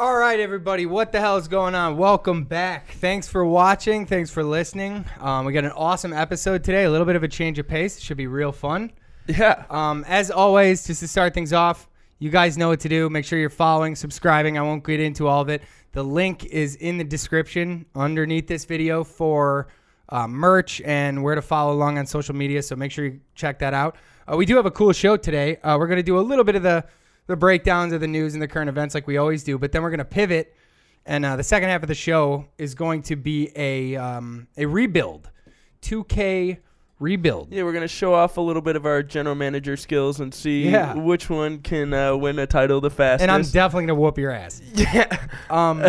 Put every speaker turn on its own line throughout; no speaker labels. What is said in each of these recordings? right, everybody, what the hell is going on? Welcome back. Thanks for watching. Thanks for listening. Um, we got an awesome episode today. A little bit of a change of pace. Should be real fun.
Yeah.
Um, as always, just to start things off, you guys know what to do. Make sure you're following, subscribing. I won't get into all of it. The link is in the description underneath this video for uh, merch and where to follow along on social media. So make sure you check that out. Uh, we do have a cool show today. Uh, we're going to do a little bit of the the breakdowns of the news and the current events like we always do, but then we're going to pivot. And uh, the second half of the show is going to be a um, a rebuild, 2K rebuild.
Yeah, we're gonna show off a little bit of our general manager skills and see
Yeah.
which one can uh, win a title the fastest.
and I'm definitely gonna whoop your ass.
yeah,
Um,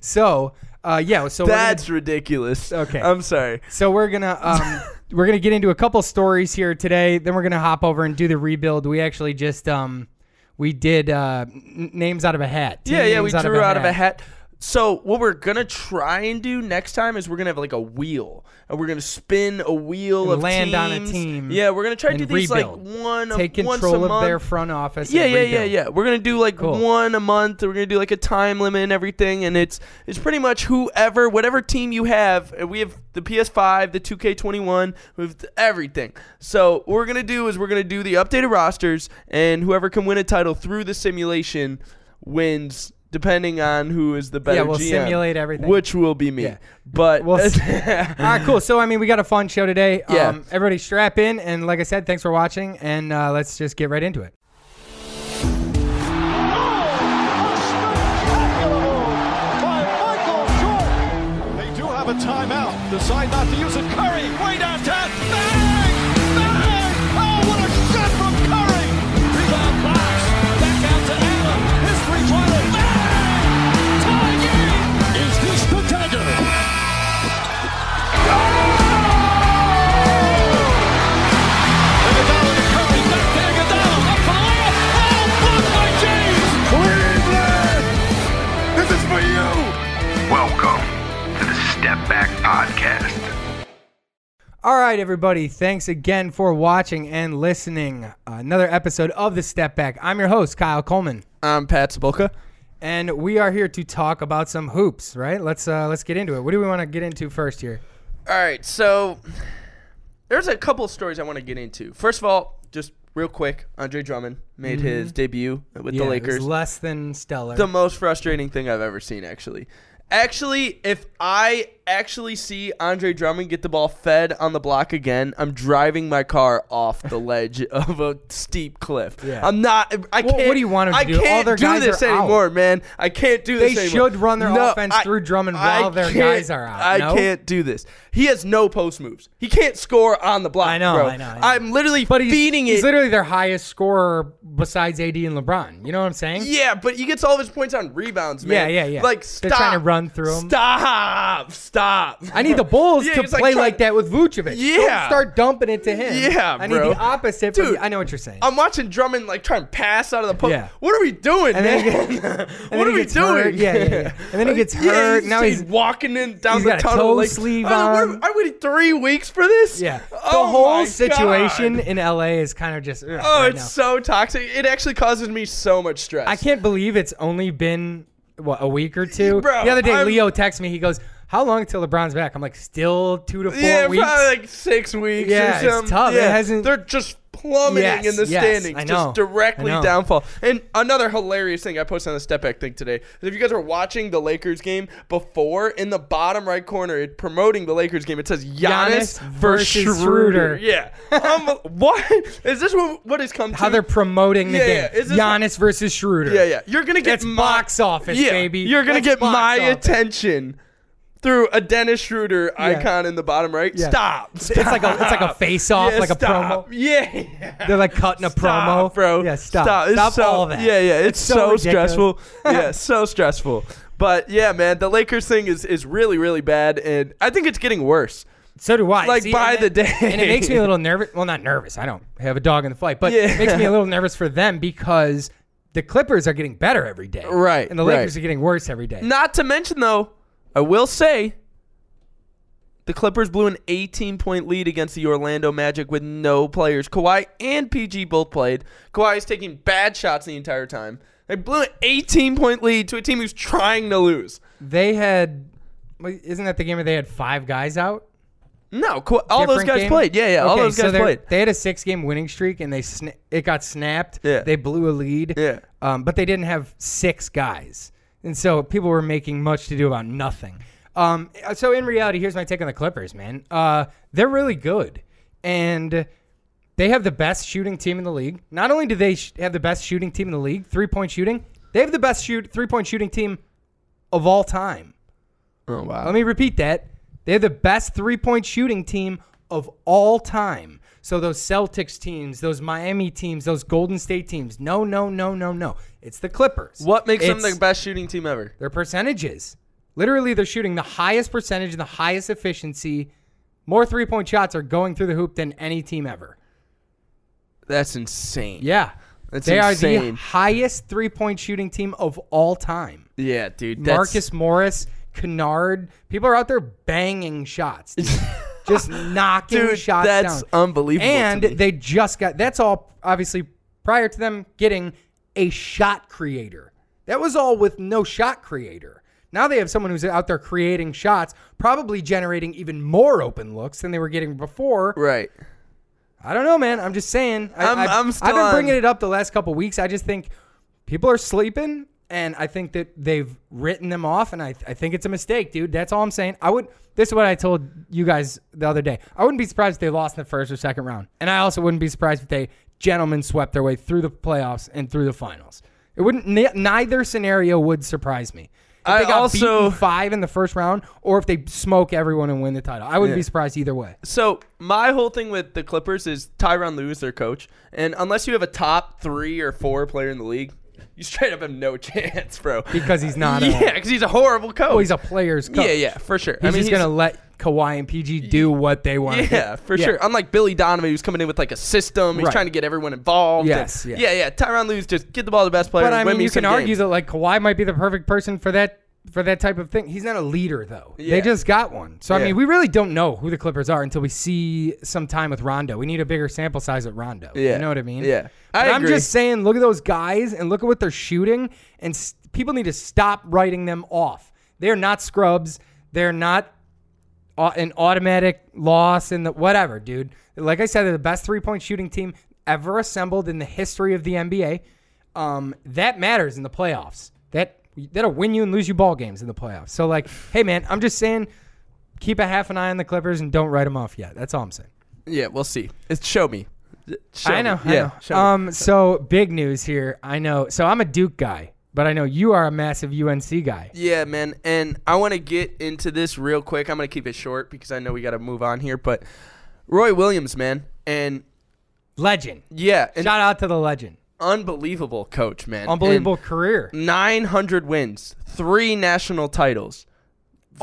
so uh, yeah, so
that's ridiculous.
Okay.
I'm sorry.
we're, so we're gonna um, we're gonna get into a couple stories here today. Then we're gonna hop over and do the rebuild. We actually just um, we did uh, n- names out of a hat. Team
Yeah, yeah, we
names
drew out of a hat. So what we're gonna try and do next time is we're gonna have like a wheel, and we're gonna spin a wheel
And
of
land on a
teams.
team
Yeah, we're gonna try to do
and
these
rebuild.
like one, a-
Take
once
control
a
of
month.
their front office.
Yeah,
and
yeah, yeah,
rebuild.
yeah. We're gonna do like
Cool.
one a month. We're gonna do like a time limit and everything, and it's it's pretty much whoever, whatever team you have. and We have the PS5, the 2K21, we have everything. So what we're gonna do is we're gonna do the updated rosters, and whoever can win a title through the simulation wins, depending on who is the better.
Yeah, we'll
GM,
simulate everything.
which will be me.
Yeah.
But
We'll s- All right, cool. So I mean, we got a fun show today.
Yeah.
Um, everybody, strap in, and like I said, thanks for watching, and uh, let's just get right into it.
They do have a timeout. Decide not to use it. Curry, way downtown. Bang! Bang! Oh, what a shot from Curry! Rebound box. Back out to Allen. His three-pointer. Bang! Tie game! Is this the dagger? Iguodala to Curry. Back to Iguodala. Up for the layup. Oh, blocked by James!
Cleveland, this is for you. Welcome to the Step Back Podcast.
All right, everybody. Thanks again for watching and listening. another episode of The Step Back. I'm your host, Kyle Coleman,
I'm Pat Spolka.
and we are here to talk about some hoops. Right? Let's uh, let's get into it. What do we want to get into first here?
All right, so there's a couple stories I want to get into. First of all, just real quick, Andre Drummond made his debut with the
it was
Lakers.
less than stellar.
the most frustrating thing I've ever seen, actually. Actually, if I actually see Andre Drummond get the ball fed on the block again, I'm driving my car off the ledge of a steep cliff.
Yeah.
I'm not. I
Well,
can't.
what do you want him to
I
do? All
can't
their
do
guys
this
are out.
anymore, man. I can't do
They
this. anymore.
should run their
No,
offense
I-
through Drummond
I
while their
can't-
guys are out,
I
no?
can't do this. He has no post moves. He can't score on the block.
I know,
bro.
I know, I know.
I'm literally
but he's,
feeding
he's
it.
literally their highest scorer besides AD and LeBron. You know what I'm saying?
Yeah, but he gets all of his points on rebounds,
Yeah,
man.
yeah, yeah.
Like
They're
stop.
trying to run through 'em.
Stop, stop.
I need the Bulls
Yeah,
to
it's like
play
try-
like that with Vucevic. Don't
Yeah.
start dumping it to him.
Yeah,
I need
bro.
the opposite. From
Dude,
I know what you're saying.
I'm watching Drummond like try and pass out of the post.
Yeah.
What are we doing,
And then he
man?
gets- and
what
then
are
he
we
gets hurt.
doing?
Yeah, yeah, yeah. And then he gets hurt. Now
just-
he's-
walking in down
he's
the
got a
tunnel.
toe
like,
sleeve
I don't know,
on.
What, I waited three weeks for this.
Yeah. The
Oh my
whole situation
God.
in LA is kind of just. ugh,
Oh,
right
it's
now.
so toxic. It actually causes me so much stress.
I can't believe it's only been, what, a week or two?
Bro,
the other day,
I'm-
Leo texts me. He goes, How long till LeBron's back? I'm like, Still two to four
Yeah,
weeks.
probably like six weeks.
Yeah,
or
it's
something.
tough. It
Yeah,
hasn't-
They're just plummeting
Yes,
in the
yes,
standings,
I know.
just directly
I know.
downfall. And another hilarious thing I posted on the step back thing today. If you guys were watching the Lakers game before, in the bottom right corner, it promoting the Lakers game. It says Giannis,
Giannis
versus
versus Schroeder.
Schroeder. Yeah. um, what is this? What, what has come to?
How they're promoting the
Yeah,
game.
yeah. Is this-
Giannis versus Schroeder.
yeah, yeah. You're gonna get
That's box office,
yeah,
baby.
You're gonna
That's
get
box
my
office.
attention. Through a Dennis Schroeder icon in the bottom right.
Yeah.
Stop.
It's like a, it's like a face off,
Yeah,
like a promo.
stop. Yeah.
They're like cutting a
Stop,
promo,
bro.
Yeah, stop.
Stop, It's so,
all that.
Yeah, yeah. It's,
so
so,
ridiculous.
stressful. yeah, so stressful. But yeah, man, the Lakers thing is is really really bad, and I think it's getting worse.
So do I.
Like, by
and
the
it-
day.
and it makes me a little nervous. Well, not nervous. I don't have a dog in the fight, but it
Yeah.
makes me a little nervous for them because the Clippers are getting better every day,
Right,
And the
right.
Lakers are getting worse every day.
Not to mention though, I will say, The Clippers blew an 18 point lead against the Orlando Magic with no players. Kawhi and PG both played. Kawhi is taking bad shots the entire time. They blew an 18 point lead to a team who's trying to lose.
They had, wait, isn't that the game where they had five guys out?
No, Ka- all those
Different
guys
game?
played. Yeah, yeah, all
Okay,
those
so
guys
they're-
played.
They had a six-game winning streak, and they sna- it got snapped.
Yeah.
they blew a lead.
Yeah.
um, but they didn't have six guys, and so people were making much to do about nothing. Um, so in reality, here's my take on the Clippers, man. Uh, they're really good, and they have the best shooting team in the league. Not only do they sh- have the best shooting team in the league, three-point shooting, they have the best shoot three-point shooting team of all time.
Oh, wow.
Let me repeat that. They're the best three point shooting team of all time. So those Celtics teams, those Miami teams, those Golden State teams. No, no, no, no, no. It's the Clippers.
What makes them
It's
the best shooting team ever?
Their percentages. Literally, they're shooting the highest percentage and the highest efficiency. More three point shots are going through the hoop than any team ever.
That's insane.
Yeah.
That's
they are
insane.
the highest three point shooting team of all time.
Yeah, dude. That's,
Marcus Morris, Kennard. People are out there banging shots. dude. just knocking
Dude,
shots
that's
down.
unbelievable to
And
me.
they just got that's all obviously prior to them getting a shot creator. That was all with no shot creator. Now they have someone who's out there creating shots, probably generating even more open looks than they were getting before.
Right.
I don't know, man. I'm just saying. I,
I'm-
I've-
I'm still
I've been
on-
bringing it up the last couple weeks. I just think people are sleeping, and I think that they've written them off, and I, I think it's a mistake, dude. That's all I'm saying. I would. This is what I told you guys the other day. I wouldn't be surprised if they lost in the first or second round, and I also wouldn't be surprised if they gentlemen swept their way through the playoffs and through the finals. It wouldn't. ne- neither scenario would surprise me. If
I
they got
also-
beaten five in the first round, or if they smoke everyone and win the title, I wouldn't
Yeah.
be surprised either way.
So my whole thing with the Clippers is Tyron Lue is their coach, and unless you have a top three or four player in the league, you straight up have no chance, bro.
Because he's not a-
yeah, because he's a horrible coach.
Oh, he's a player's coach.
Yeah, yeah, for sure.
He's
I mean,
just gonna let Kawhi and PG do what they want. to do.
Yeah, for sure. Unlike Billy Donovan, who's coming in with like a system, he's
Right.
trying to get everyone involved.
Yes,
and-
yes.
yeah, yeah. Tyron Lue's just get the ball to the best player.
But I
and win
mean,
me
you
some
can argue
games.
that like Kawhi might be the perfect person for that for that type of thing. He's not a leader though.
Yeah.
They just got one. So I
Yeah.
mean, we really don't know who the Clippers are until we see some time with Rondo. We need a bigger sample size with Rondo.
Yeah.
You know what I mean?
Yeah.
But
I
I'm
agree.
just saying, look at those guys and look at what they're shooting. And s- people need to stop writing them off. They're not scrubs. They're not au- an automatic loss and the whatever, dude. Like I said, they're the best three point shooting team ever assembled in the history of the NBA. Um, that matters in the playoffs. That that'll win you and lose you ball games in the playoffs. So like, hey man, I'm just saying, keep a half an eye on the Clippers and don't write them off yet. That's all I'm saying.
Yeah, we'll see. It's show me. Show
I
me.
know.
Yeah.
I know.
me.
Um, so big news here. I know. So I'm a Duke guy, but I know you are a massive UNC guy.
Yeah, man. And I want to get into this real quick. I'm going to keep it short because I know we got to move on here. But Roy Williams, man. And
Legend.
yeah, an
Shout out to the legend.
unbelievable coach, man.
Unbelievable career.
And Mm. 900 wins, three national titles.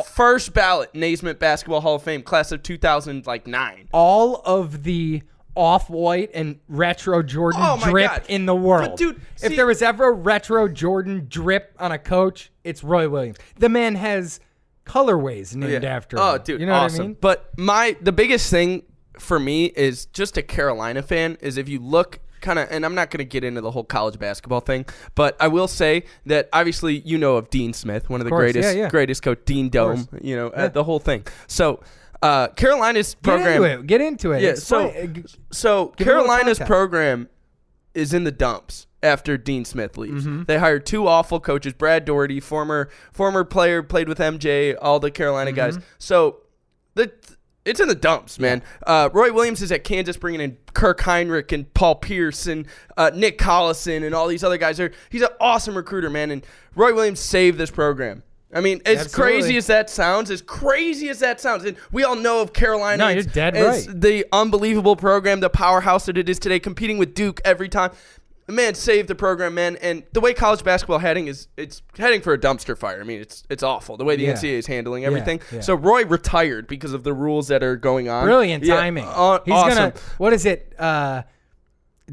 First ballot Naismith Basketball Hall of Fame, class of 2009.
all of the off-white and retro Jordan
Oh my
drip
God.
in the world.
But dude, see-
if there was ever a retro Jordan drip on a coach, it's Roy Williams. The man has colorways named
Yeah.
after
Oh,
him.
dude,
you know
awesome.
what I mean?
But my the biggest thing for me is just a Carolina fan is if you look kind of and I'm not going to get into the whole college basketball thing, but I will say that obviously you know of Dean Smith, one of the
course,
greatest
yeah, yeah.
greatest coach, Dean Dome, you know, uh, the whole thing. So, uh, Carolina's
Get
program
into it. Get into it.
Yeah,
Explain- uh,
so
Give me more
Carolina's
context.
program is in the dumps after Dean Smith leaves.
Mm-hmm.
They hired two awful coaches, Brad Doherty, former former player, played with MJ, all the Carolina guys.
Mm-hmm.
So the it's in the dumps, man. Uh, Roy Williams is at Kansas, bringing in Kirk Heinrich and Paul Pierce and uh, Nick Collison and all these other guys. There, he's an awesome recruiter, man. And Roy Williams saved this program. I mean, as
Absolutely.
crazy as that sounds, as crazy as that sounds, and we all know of Carolina.
No,
as-
you're dead
as
right.
The unbelievable program, the powerhouse that it is today, competing with Duke every time. Man, save the program, man. And the way college basketball heading is, it's heading for a dumpster fire. I mean, it's it's awful. The way the
Yeah.
NCAA is handling everything.
yeah.
So Roy retired because of the rules that are going on.
Brilliant
Yeah,
timing.
aw-
He's
awesome.
gonna. What is it? Uh,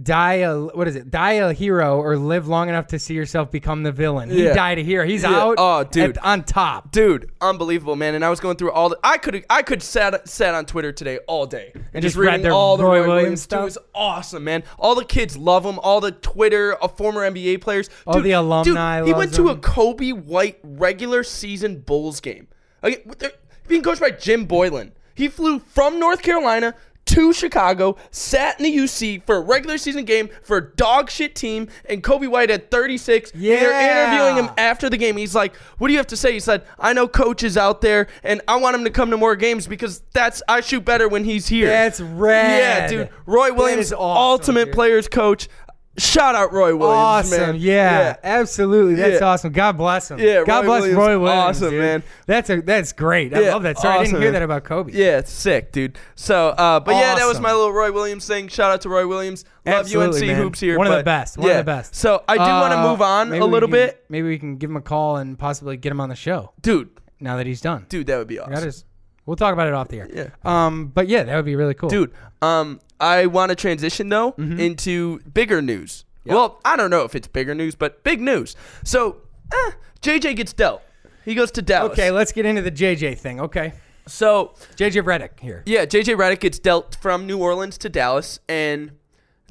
die a what is it? Die a hero or live long enough to see yourself become the villain. He
Yeah.
died a hero. He's
Yeah.
out.
Oh, dude.
at- on top.
Dude, unbelievable, man! And I was going through all the I could I could sat sat on Twitter today all day and,
just read
reading
their
all the
Roy
Roy,
Williams
Williams
stuff?
Dude, it's awesome, man! All the kids love him. All the Twitter, uh, former NBA players,
All the alumni
Dude, he went
loves
to a
him.
Kobe White regular season Bulls game. Like, what the- being coached by Jim Boylan, he flew from North Carolina. To Chicago, sat in the UC for a regular season game for a dog shit team, and Kobe White at 36. and they're
Yeah.
interviewing him after the game, he's like, "What do you have to say?" He said, "I know coach is out there, and I want him to come to more games because that's I shoot better when he's here."
That's rad.
Yeah, dude. Roy
That
Williams,
is awesome,
ultimate
dude.
players coach. Shout out Roy Williams,
Awesome.
man.
Yeah, Absolutely. That's
Yeah.
awesome. God bless him.
Yeah,
God
Roy
bless
Williams,
Roy Williams.
awesome,
dude.
man.
That's a that's great. I
Yeah,
love that. Sorry, I
awesome,
didn't hear
man.
that about Kobe.
Yeah, it's sick, dude. So, uh, but yeah, that was
Awesome.
my little Roy Williams thing. Shout out to Roy Williams. Love
Absolutely,
UNC
man.
hoops here.
One of the
but-
best. One of
yeah.
the best.
So I do want to
Uh,
move on
maybe
a
we
little
can-
bit,
Maybe we can give him a call and possibly get him on the show
dude.
now that he's done.
Dude, that would be
That
awesome.
is. We'll talk about it off the air.
Yeah.
Um. But yeah, that would be really cool,
dude. Um, I want to transition though
Mm-hmm.
into bigger news. Well, I don't know if it's bigger news, but big news. So, eh, JJ gets dealt. He goes to Dallas.
Okay, let's get into the JJ thing. Okay.
So,
JJ Reddick here.
yeah, JJ Redick gets dealt from New Orleans to Dallas, and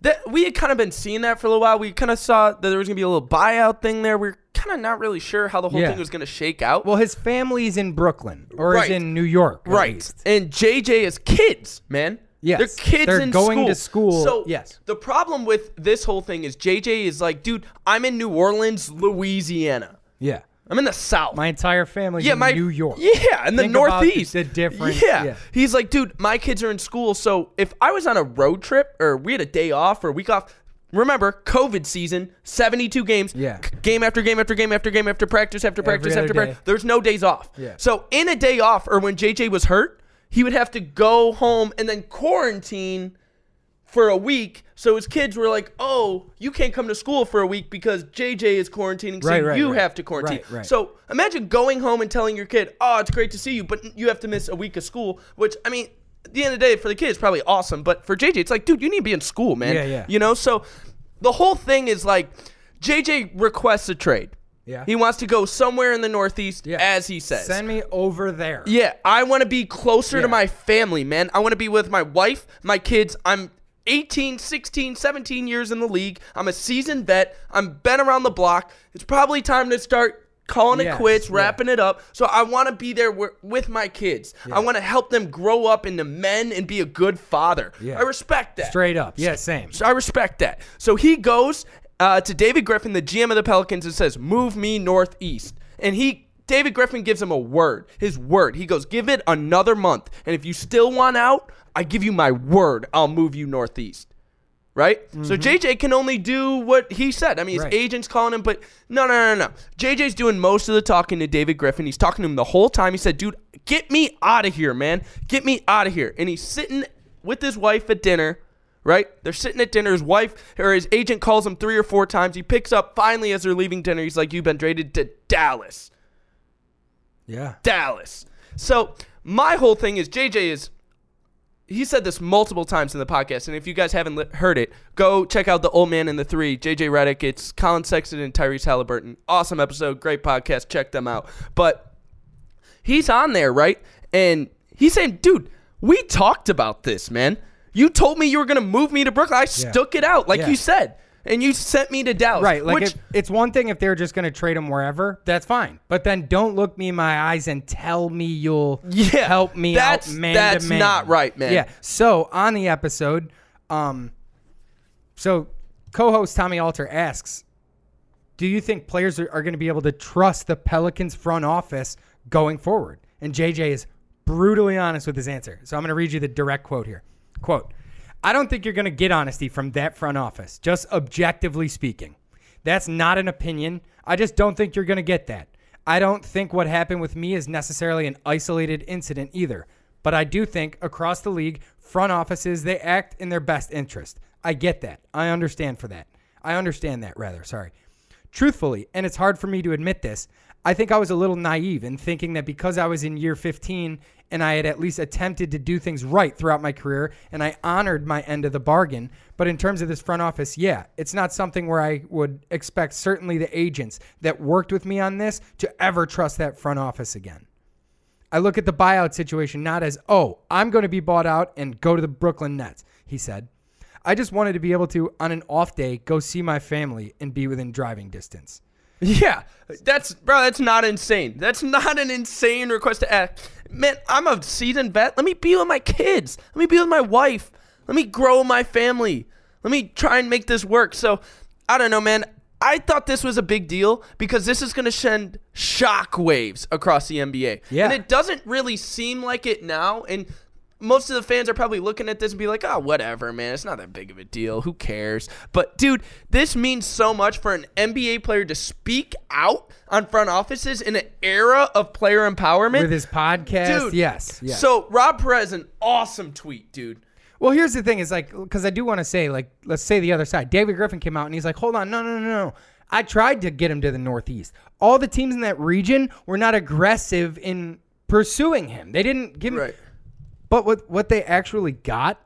that we had kind of been seeing that for a little while. We kind of saw that there was gonna be a little buyout thing there. We are kind of not really sure how the whole
Yeah.
thing was gonna shake out.
Well, his family's in Brooklyn or
Right.
is in New York. at
Right.
least.
And JJ is kids, man.
Yes.
They're kids
They're
in
going
school.
to school,
So
yes.
the problem with this whole thing is JJ is like, dude, I'm in New Orleans, Louisiana.
Yeah.
I'm in the South.
My entire family's
yeah,
in
my
New York.
Yeah, in the
Think about the-
Northeast.
the difference,
Yeah.
yeah.
He's like, dude, my kids are in school, so if I was on a road trip or we had a day off or a week off, remember COVID season, 72 games.
Yeah.
c- Game after game after game after game after practice after practice
other
after
day.
practice. There's no days off.
Yeah.
So in a day off or when JJ was hurt, he would have to go home and then quarantine for a week. So his kids were like, "Oh, you can't come to school for a week because JJ is quarantining, so
Right, right,
you
right.
have to quarantine."
Right, right.
So imagine going home and telling your kid, "Oh, it's great to see you, but you have to miss a week of school." Which I mean, at the end of the day, for the kid, it's probably awesome, but for JJ, it's like, dude, you need to be in school, man.
Yeah, yeah.
You know, so the whole thing is like, JJ requests a trade.
Yeah.
He wants to go somewhere in the Northeast,
Yeah.
as he says.
Send me over there.
Yeah, I want to be closer to
Yeah.
my family, man. I want to be with my wife, my kids. I'm 18, 16, 17 years in the league. I'm a seasoned vet. I'm been around the block. It's probably time to start calling it
Yes,
quits,
yeah.
wrapping it up. So I want to be there wi- with my kids. I want to help them grow up into men and be a good father.
Yeah.
I respect that.
Straight up. Yeah, same.
So I respect that. So he goes uh, to David Griffin, the GM of the Pelicans, and says, "Move me northeast." And he, David Griffin, gives him a word. His word. He goes, "Give it another month, and if you still want out, I give you my word. I'll move you northeast." Right? So JJ can only do what he said. I mean, his
Right.
agent's calling him, but no, no, no, no. JJ's doing most of the talking to David Griffin. He's talking to him the whole time. He said, dude, get me out of here, man. Get me out of here. And he's sitting with his wife at dinner, right? They're sitting at dinner. His wife or his agent calls him three or four times. He picks up finally as they're leaving dinner. He's like, you've been traded to Dallas.
Yeah.
Dallas. So my whole thing is JJ is. He said this multiple times in the podcast, and if you guys haven't li- heard it, go check out the Old Man and the Three, JJ Redick. It's Colin Sexton and Tyrese Halliburton. Awesome episode, great podcast. Check them out. But he's on there, right? And he's saying, "Dude, we talked about this, man. You told me you were gonna move me to Brooklyn. I stuck it out, like
Yeah.
you said, and you sent me to Dallas,
Right. Like
which
if, it's one thing if they're just going to trade him wherever, that's fine. But then don't look me in my eyes and tell me you'll
Yeah,
help me
that's-
out man to
that's
man.
not right, man.
Yeah. So on the episode, um, so co-host Tommy Alter asks, do you think players are, are going to be able to trust the Pelicans front office going forward? And JJ is brutally honest with his answer. So I'm going to read you the direct quote here. Quote, I don't think you're going to get honesty from that front office, just objectively speaking. That's not an opinion. I just don't think you're going to get that. I don't think what happened with me is necessarily an isolated incident either. But I do think across the league, front offices, they act in their best interest. I get that. I understand for that. I understand that, rather. Sorry. truthfully, and it's hard for me to admit this, I think I was a little naive in thinking that because I was in year 15 and I had at least attempted to do things right throughout my career and I honored my end of the bargain. But in terms of this front office, yeah, it's not something where I would expect certainly the agents that worked with me on this to ever trust that front office again. I look at the buyout situation not as, oh, I'm going to be bought out and go to the Brooklyn Nets, he said. I just wanted to be able to, on an off day, go see my family and be within driving distance.
Yeah, that's bro. That's not insane. That's not an insane request to ask. Man, I'm a seasoned vet. Let me be with my kids. Let me be with my wife. Let me grow my family. Let me try and make this work. So, I don't know, man. I thought this was a big deal because this is going to send shock waves across the NBA.
Yeah.
and it doesn't really seem like it now. And most of the fans are probably looking at this and be like, oh, whatever, man. It's not that big of a deal. Who cares? But, dude, this means so much for an NBA player to speak out on front offices in an era of player empowerment.
With his podcast,
Dude,
yes, yes.
So, Rob Perez, an awesome tweet, dude.
Well, here's the thing is like, because I do want to say, like, let's say the other side. David Griffin came out and he's like, hold on, no, no, no, no. I tried to get him to the Northeast. All the teams in that region were not aggressive in pursuing him. They didn't give him. But what, what they actually got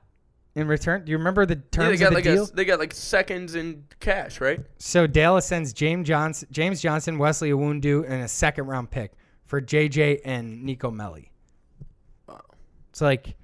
in return, do you remember the
Yeah, they
terms
got
of the
like
deal?
a, they got like seconds in cash, right?
So Dallas sends James Johnson, James Johnson, Wesley Awundu, and a second round pick for JJ and Nico Melli. It's like,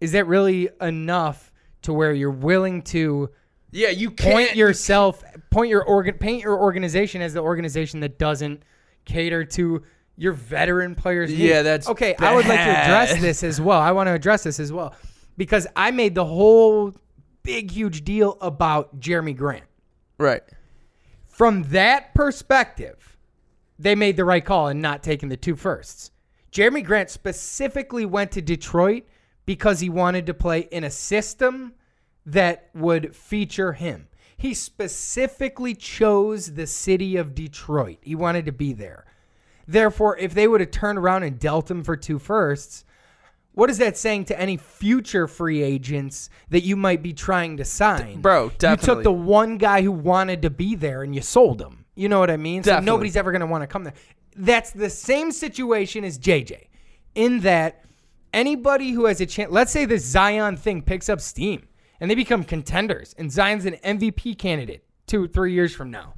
is that really enough to where you're willing to
Yeah, you can't.
point yourself, point your organ, paint your organization as the organization that doesn't cater to your veteran players. needs?
Yeah, that's
okay. I would like to address
bad.
this as well. I want to address this as well because I made the whole big, huge deal about Jeremy Grant
right.
from that perspective, they made the right call in not taking the two firsts. Jeremy Grant specifically went to Detroit because he wanted to play in a system that would feature him. He specifically chose the city of Detroit. He wanted to be there. Therefore, if they would have turned around and dealt him for two firsts, what is that saying to any future free agents that you might be trying to sign?
bro,
You took
definitely.
the one guy who wanted to be there and you sold him. You know what I mean? So
Definitely.
nobody's ever going to want to come there. That's the same situation as JJ, in that anybody who has a chance, let's say this Zion thing picks up steam and they become contenders, and Zion's an MVP candidate two, three years from now.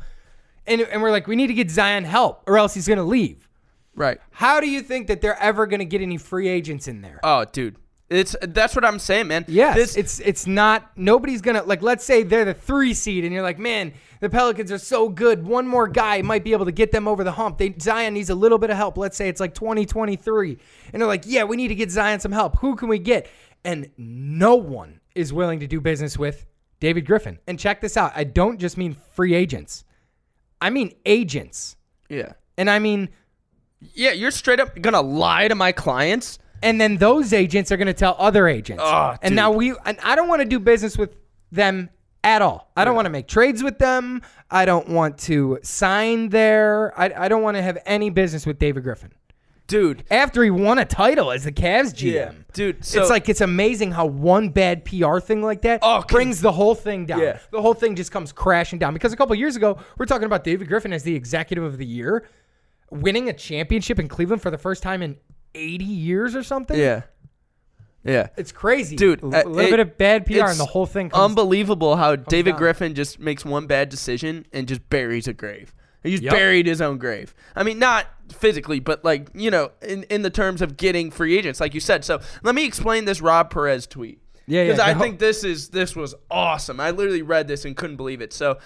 And, and we're like, we need to get Zion help or else he's going to leave.
Right.
How do you think that they're ever going to get any free agents in there?
Oh, dude. It's that's what I'm saying, man.
Yes,
This
it's it's not nobody's gonna like. Let's say they're the three seed, and you're like, man, the Pelicans are so good. One more guy might be able to get them over the hump. They Zion needs a little bit of help. Let's say it's like 2023, and they're like, yeah, we need to get Zion some help. Who can we get? And no one is willing to do business with David Griffin. And check this out. I don't just mean free agents. I mean agents,
yeah.
and I mean
Yeah, you're straight up gonna lie to my clients.
and then those agents are going to tell other agents.
Oh,
and
dude.
now we and I don't want to do business with them at all. I don't want to make trades with them. I don't want to sign there. I, I don't want to have any business with David Griffin.
Dude.
After he won a title as the Cavs GM.
Yeah. Dude, so
it's like it's amazing how one bad PR thing like that
Oh, can-
brings the whole thing down.
Yeah.
The whole thing just comes crashing down. Because a couple years ago, we're talking about David Griffin as the executive of the year, winning a championship in Cleveland for the first time in 80 years or something.
Yeah. Yeah.
It's crazy,
Dude,
A
uh,
little
it-
bit of bad PR,
it's
and the whole thing comes.
unbelievable
Oh
how David
down.
Griffin just makes one bad decision and just buries a grave. He just
Yep.
buried his own grave. I mean, not physically, but like you know, in in the terms of getting free agents, like you said. So let me explain this Rob Perez tweet.
Yeah, yeah,
Because I
go.
think this is this was awesome. I literally read this and couldn't believe it. So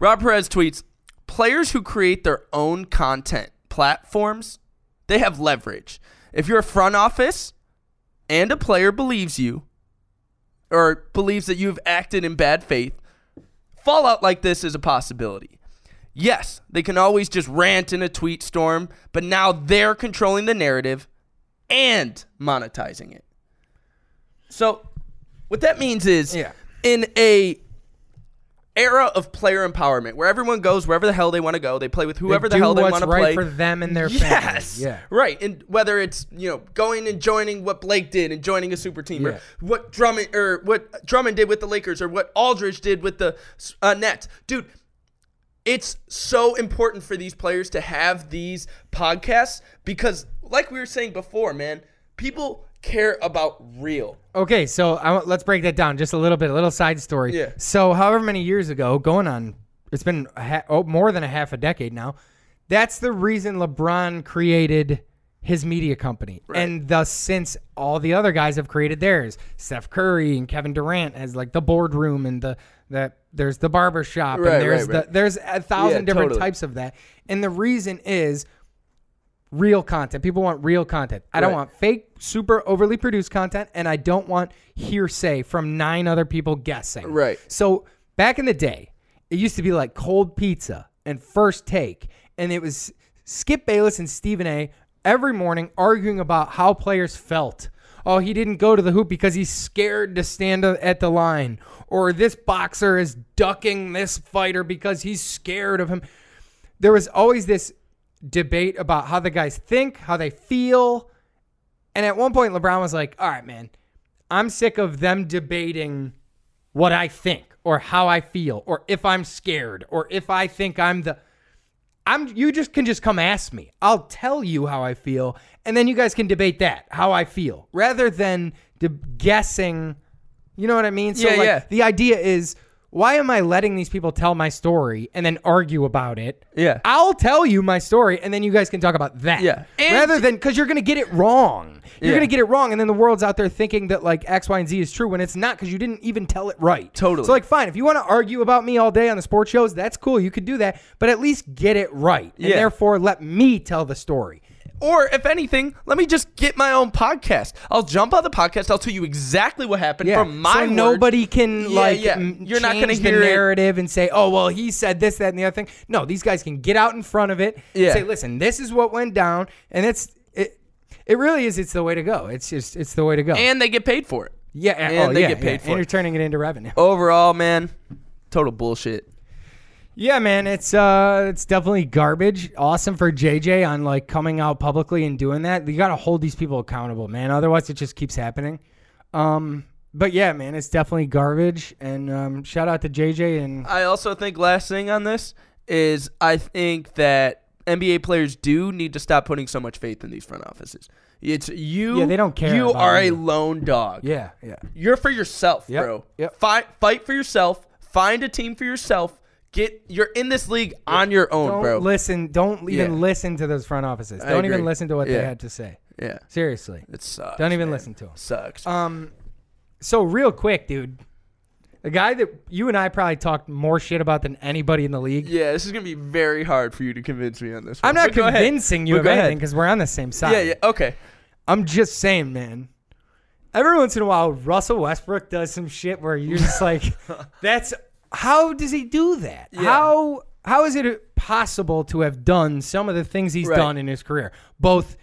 Rob Perez tweets Players who create their own content platforms, they have leverage. If you're a front office and a player believes you or believes that you've acted in bad faith, fallout like this is a possibility. Yes, they can always just rant in a tweet storm, but now they're controlling the narrative and monetizing it. So, what that means is
Yeah.
in a era of player empowerment where everyone goes wherever the hell they want to go, they play with whoever the
do
hell they
what's
want to play
right for them and their
yes.
family. Yeah.
Right. And whether it's, you know, going and joining what Blake did and joining a super team
Yeah.
or what Drummond or what Drummond did with the Lakers or what Aldridge did with the uh, Nets. Dude, it's so important for these players to have these podcasts because, like we were saying before, man, people care about real.
Okay, so I, want- let's break that down just a little bit, a little side story.
Yeah.
So, however many years ago, going on, it's been a ha- oh, more than a half a decade now. That's the reason LeBron created his media company, and thus since all the other guys have created theirs. Steph Curry and Kevin Durant has like the boardroom and the that there's the barber shop
Right,
and there's
right, right.
the there's a thousand
Yeah,
different
totally.
types of that, and the reason is real content. People want real content. I don't
Right.
want fake, super overly produced content, and I don't want hearsay from nine other people guessing.
Right.
So back in the day, it used to be like cold pizza and first take, and it was Skip Bayless and Stephen A. every morning arguing about how players felt. Oh, he didn't go to the hoop because he's scared to stand a- at the line. Or this boxer is ducking this fighter because he's scared of him there was always this debate about how the guys think, how they feel. And at one point, LeBron was like, all right, man, I'm sick of them debating what I think or how I feel or if I'm scared or if I think I'm the. I'm you just can just come ask me. I'll tell you how I feel and then you guys can debate that, how I feel, rather than de- guessing. You know what I mean? So
Yeah,
like
yeah.
the idea is why am I letting these people tell my story and then argue about it?
Yeah.
I'll tell you my story and then you guys can talk about that.
Yeah. And-
rather than because you're gonna get it wrong. You're
Yeah.
gonna get it wrong, and then the world's out there thinking that like X, Y, and Z is true when it's not because you didn't even tell it right.
Totally.
So like, fine, if you want to argue about me all day on the sports shows, that's cool. You could do that, but at least get it right, and
Yeah.
therefore let me tell the story.
Or if anything, let me just get my own podcast. I'll jump on the podcast. I'll tell you exactly what happened
Yeah.
from my
so
words.
nobody can
Yeah,
like
yeah.
m-
You're not
change
gonna
the
hear it.
narrative and say, oh well, he said this, that, and the other thing. No, these guys can get out in front of it.
Yeah.
Say, listen, this is what went down, and it's it. It really is. It's the way to go. It's just it's the way to go.
and they get paid for it.
yeah,
and
oh,
they
yeah,
get paid
yeah.
for
and
it.
you're turning it into revenue.
Overall, man, total bullshit.
Yeah, man, it's uh, it's definitely garbage. Awesome for JJ on like coming out publicly and doing that. You got to hold these people accountable, man. Otherwise, it just keeps happening. Um, but yeah, man, it's definitely garbage. And um, shout out to JJ and
I also think last thing on this is I think that NBA players do need to stop putting so much faith in these front offices. It's you.
Yeah, they don't care
You
about
are a
you.
lone dog.
yeah, yeah,
You're for yourself,
Yep,
bro.
yep.
Fight, fight for yourself. Find a team for yourself. Get you're in this league on your own,
don't
bro.
listen, don't even
Yeah.
listen to those front offices. Don't even
agree.
listen to what they
Yeah.
had to say.
yeah,
Seriously,
it sucks.
don't even
man.
listen to them.
Sucks.
Um, so real quick, dude, the guy that you and I probably talked more shit about than anybody in the league.
yeah, this is gonna be very hard for you to convince me on this.
I'm
one,
not
but go ahead.
convincing you
But
of
go
anything
ahead.
because we're on the same side.
Yeah, yeah. Okay.
I'm just saying, man. Every once in a while, Russell Westbrook does some shit where you're just like, "That's how does he do that? How how is it possible to have done some of the things he's
Right.
done in his career? Both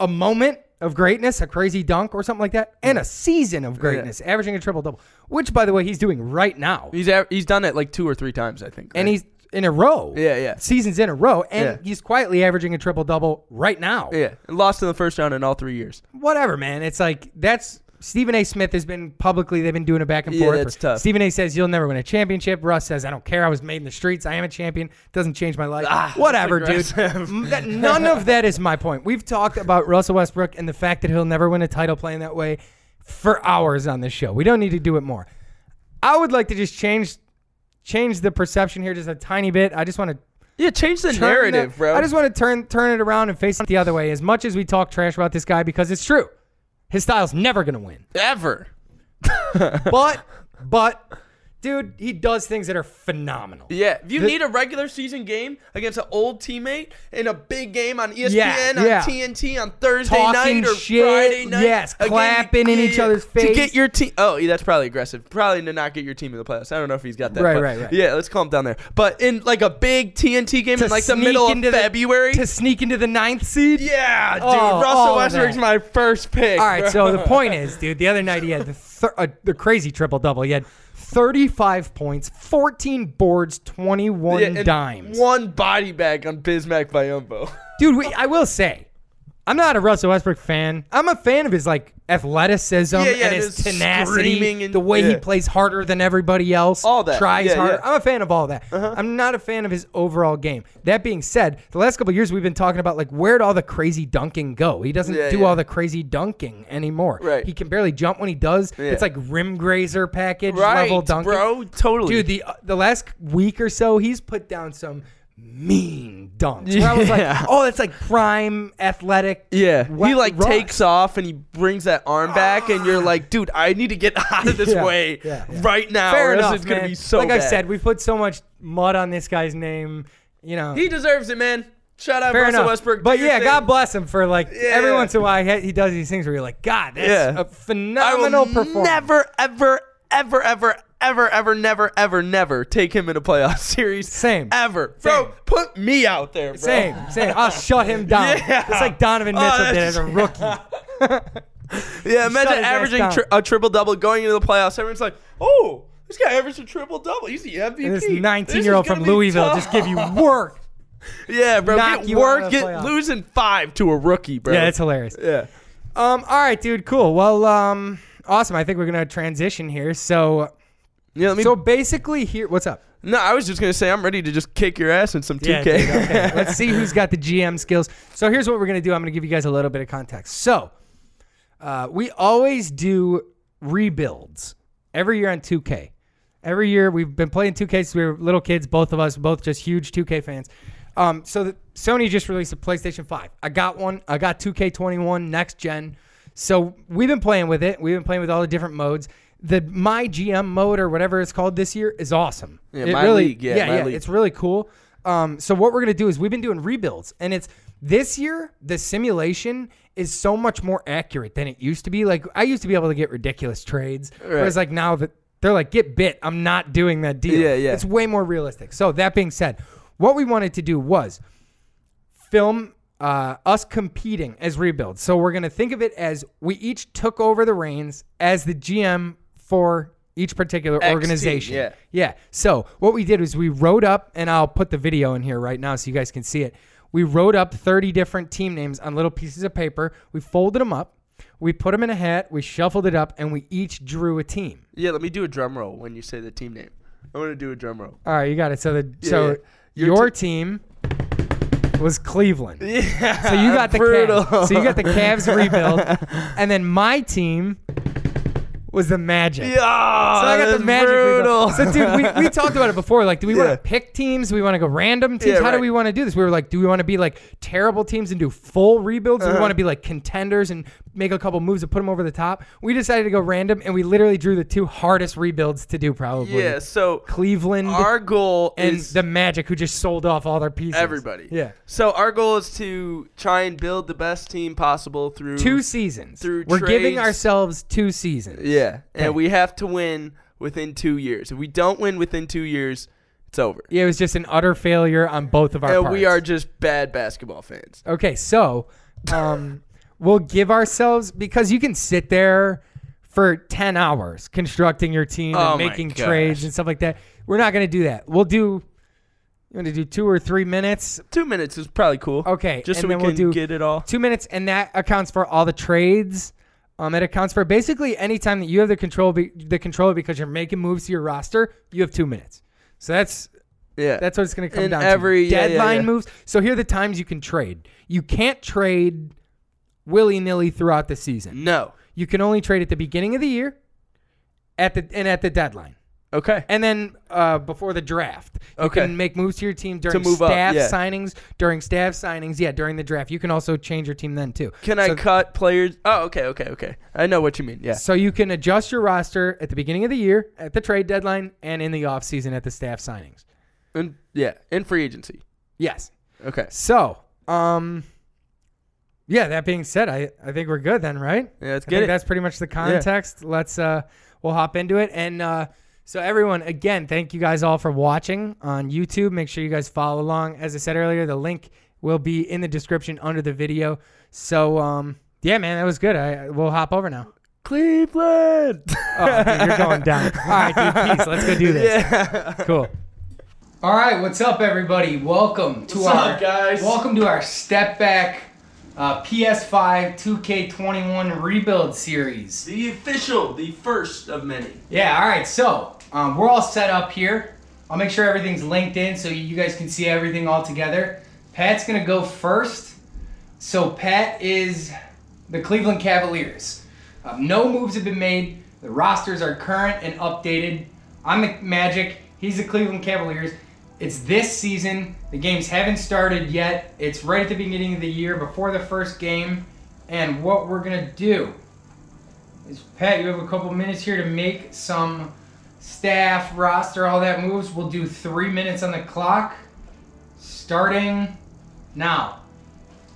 a moment of greatness, a crazy dunk or something like that, and a season of greatness, averaging a triple double, which by the way he's doing right now,
He's a- he's done it like two or three times, I think.
and
right?
he's in a row.
Yeah, yeah.
Seasons in a row, and
Yeah.
he's quietly averaging a triple double right now.
yeah and lost in the first round in all three years.
whatever, man. It's like that's Stephen A. Smith has been publicly they've been doing it back and
Yeah,
forth.
that's tough.
Stephen A. says you'll never win a championship. Russ says I don't care. I was made in the streets. I am a champion. Doesn't change my life. whatever, dude.
Ah, aggressive.
M- that- none of that is my point. We've talked about Russell Westbrook and the fact that he'll never win a title playing that way for hours on this show. We don't need to do it more. I would like to just change change the perception here just a tiny bit. I just want to
Yeah, change the
turn
narrative,
that-
bro.
I just want to turn turn it around and face it the other way. As much as we talk trash about this guy, because it's true, his style's never gonna win.
ever.
But but dude, he does things that are phenomenal.
Yeah, if you need a regular season game against an old teammate in a big game on E ESPN, on
yeah.
TNT, on Thursday
Talking
night or
shit,
Friday night,
yes,
a game you-
clapping in each other's
to
face.
get your team. Oh, yeah, that's probably aggressive. Probably to not get your team in the playoffs. I don't know if he's got that.
Right,
but
right, right.
Yeah, let's calm down there. But in like a big TNT game
To
in like the
sneak
middle of
into the-
February.
to sneak into the ninth seed.
yeah, dude,
Oh, all
Russell
of
Westbrook's
that.
my first pick.
All right,
bro.
so the point is, dude, the other night he had the, thir- uh, the crazy triple double. He had 35 points, 14 boards, 21
Yeah, and
dimes.
one body bag on Bismack Biyombo.
Dude, we, I will say, I'm not a Russell Westbrook fan. I'm a fan of his like athleticism
Yeah, yeah,
and
and
his
his
tenacity,
screaming and-
the way he
yeah.
plays harder than everybody else,
All that.
tries
Yeah, Uh-huh.
harder.
yeah.
I'm a fan of all that. I'm not a fan of his overall game. That being said, the last couple of years we've been talking about like where'd all the crazy dunking go? He doesn't
Yeah,
do
yeah.
all the crazy dunking anymore.
Right.
He can barely jump when he does.
Yeah.
It's like rim grazer package
Right,
level dunking.
bro. Totally.
Dude, the uh, the last week or so, he's put down some mean dunks. Where I was
Yeah.
like, oh, that's like prime athletic.
Yeah, he
wet
like
rush.
takes off and he brings that arm back, and you're like, dude, I need to get out of this
Yeah,
way
yeah, yeah.
right now.
Fair
or else
enough,
it's gonna
man.
be so.
like
bad.
I said, we put so much mud on this guy's name. You know,
he deserves it, man. Shout out
fair
Russell
enough.
Westbrook. do
but
your
yeah,
thing.
God bless him for like every
Yeah.
once in a while he, he does these things where you're like, God, that's
Yeah.
a
I will
phenomenal performance.
never, ever, ever, ever, ever, ever, never, ever, never take him in a playoff series.
Same.
Ever, bro.
Same.
Put me out there, bro.
Same, same. I'll shut him down.
Yeah.
It's like Donovan
Oh,
Mitchell did as
that's-
a rookie.
Yeah,
shut
imagine
his ass
averaging
down.
tri- a triple double going into the playoffs. Everyone's like, oh, this guy averaged a triple double. He's the MVP.
And this
This is
19 year old
gonna
from
be
Louisville
tough."
just give you work.
Yeah, bro.
knock
Get
you out
work.
of the
Get
playoffs.
losing five to a rookie, bro.
Yeah, that's hilarious.
yeah.
Um, all right, dude, cool. Well, um, awesome. I think we're gonna transition here. So,
Yeah, let me.
so basically, here, what's up?
no, I was just gonna say I'm ready to just kick your ass in some 2K.
Yeah, dude, okay. Let's see who's got the GM skills. So here's what we're gonna do. I'm gonna give you guys a little bit of context. So, uh, we always do rebuilds every year on 2K. Every year we've been playing 2K since we were little kids. Both of us, both just huge 2K fans. Um, so the, Sony just released a PlayStation 5. I got one. I got 2K21 next gen. So we've been playing with it. We've been playing with all the different modes. The My GM mode or whatever it's called this year is awesome.
Yeah,
It
My
really,
League. Yeah,
yeah,
My
yeah.
League.
It's really cool. Um, so what we're gonna do is we've been doing rebuilds, and it's this year the simulation is so much more accurate than it used to be. Like I used to be able to get ridiculous trades, whereas like now that they're like get bit, I'm not doing that deal.
Yeah, yeah.
It's way more realistic. So that being said, what we wanted to do was film uh, us competing as rebuilds. So we're going to think of it as we each took over the reins as the GM for each particular
team,
organization.
yeah.
Yeah. So what we did was we wrote up, and I'll put the video in here right now so you guys can see it. We wrote up 30 different team names on little pieces of paper. We folded them up. We put them in a hat. We shuffled it up, and we each drew a team.
Yeah, let me do a drum roll when you say the team name. I want to do a drum roll.
All right, you got it. So the so
yeah.
your,
Your
team was Cleveland.
Yeah.
So you got the
brutal.
Cavs. So you got the Cavs rebuild, and then my team was the Magic.
Yeah. So
So I got the Magic
brutal.
rebuild. So dude, we, we talked about it before. Like, do we want
Yeah.
to pick teams? Do we want to go random teams?
Yeah,
How do
right.
we want to do this? We were like, do we want to be like terrible teams and do full rebuilds?
Uh-huh.
Do we want to be like contenders and make a couple moves to put them over the top? We decided to go random, and we literally drew the two hardest rebuilds to do probably.
yeah. So
Cleveland
our goal
and
is
the Magic, who just sold off all their pieces.
everybody.
Yeah.
So our goal is to try and build the best team possible through
Two seasons.
Through
We're giving
trades.
ourselves two seasons.
Yeah, and we have to win within two years. If we don't win within two years, it's over.
It was just an utter failure on both of our
and
parts.
we are just bad basketball fans.
Okay, so um, we'll give ourselves because you can sit there for 10 hours constructing your team
Oh
and
my
making
gosh.
trades and stuff like that. We're not going to do that. We'll do you want to do 2 or 3 minutes
Two minutes is probably cool.
Okay,
just so
and
we
then
can
we'll do-
get it all.
two minutes, and that accounts for all the trades. Um, it accounts for basically any time that you have the control, be, the controller because you're making moves to your roster. You have two minutes, so that's
Yeah,
that's what it's going to come
In
down
every-
to.
yeah, yeah,
Deadline
yeah.
moves. So here are the times you can trade. You can't trade willy nilly throughout the season.
no.
You can only trade at the beginning of the year, at the and at the deadline.
Okay.
And then uh, before the draft, you
Okay.
can make moves to your team during
move up,
staff
yeah.
signings. During staff signings, yeah, during the draft, you can also change your team then too.
Can I
So-
cut players? Oh, okay, okay, okay. I know what you mean. Yeah.
So you can adjust your roster at the beginning of the year, at the trade deadline, and in the offseason at the staff signings.
In, yeah, in free agency.
Yes.
Okay.
So, um, yeah. That being said, I I think we're good then, right?
Yeah, let's
I
get
think
it.
That's pretty much the context. Let's uh, we'll hop into it, and uh, so everyone, again, thank you guys all for watching on YouTube. Make sure you guys follow along. As I said earlier, the link will be in the description under the video. So, um, yeah, man, that was good. I I- we'll hop over now.
Cleveland.
Oh, dude, you're going down. All right, dude, peace. Let's go do this. Cool. All right, what's up, everybody? Welcome to
What's
our
up, guys?
welcome to our step back uh, PS5 2K21 Rebuild Series.
The official, the first of many.
Yeah, all right, so um, we're all set up here. I'll make sure everything's linked in so you guys can see everything all together. Pat's gonna go first. So, Pat is the Cleveland Cavaliers. Um, no moves have been made, the rosters are current and updated. I'm the Magic, he's the Cleveland Cavaliers. It's this season. The games haven't started yet. It's right at the beginning of the year, before the first game. And what we're gonna do is, Pat, you have a couple minutes here to make some staff roster, all that moves. We'll do three minutes on the clock, starting now.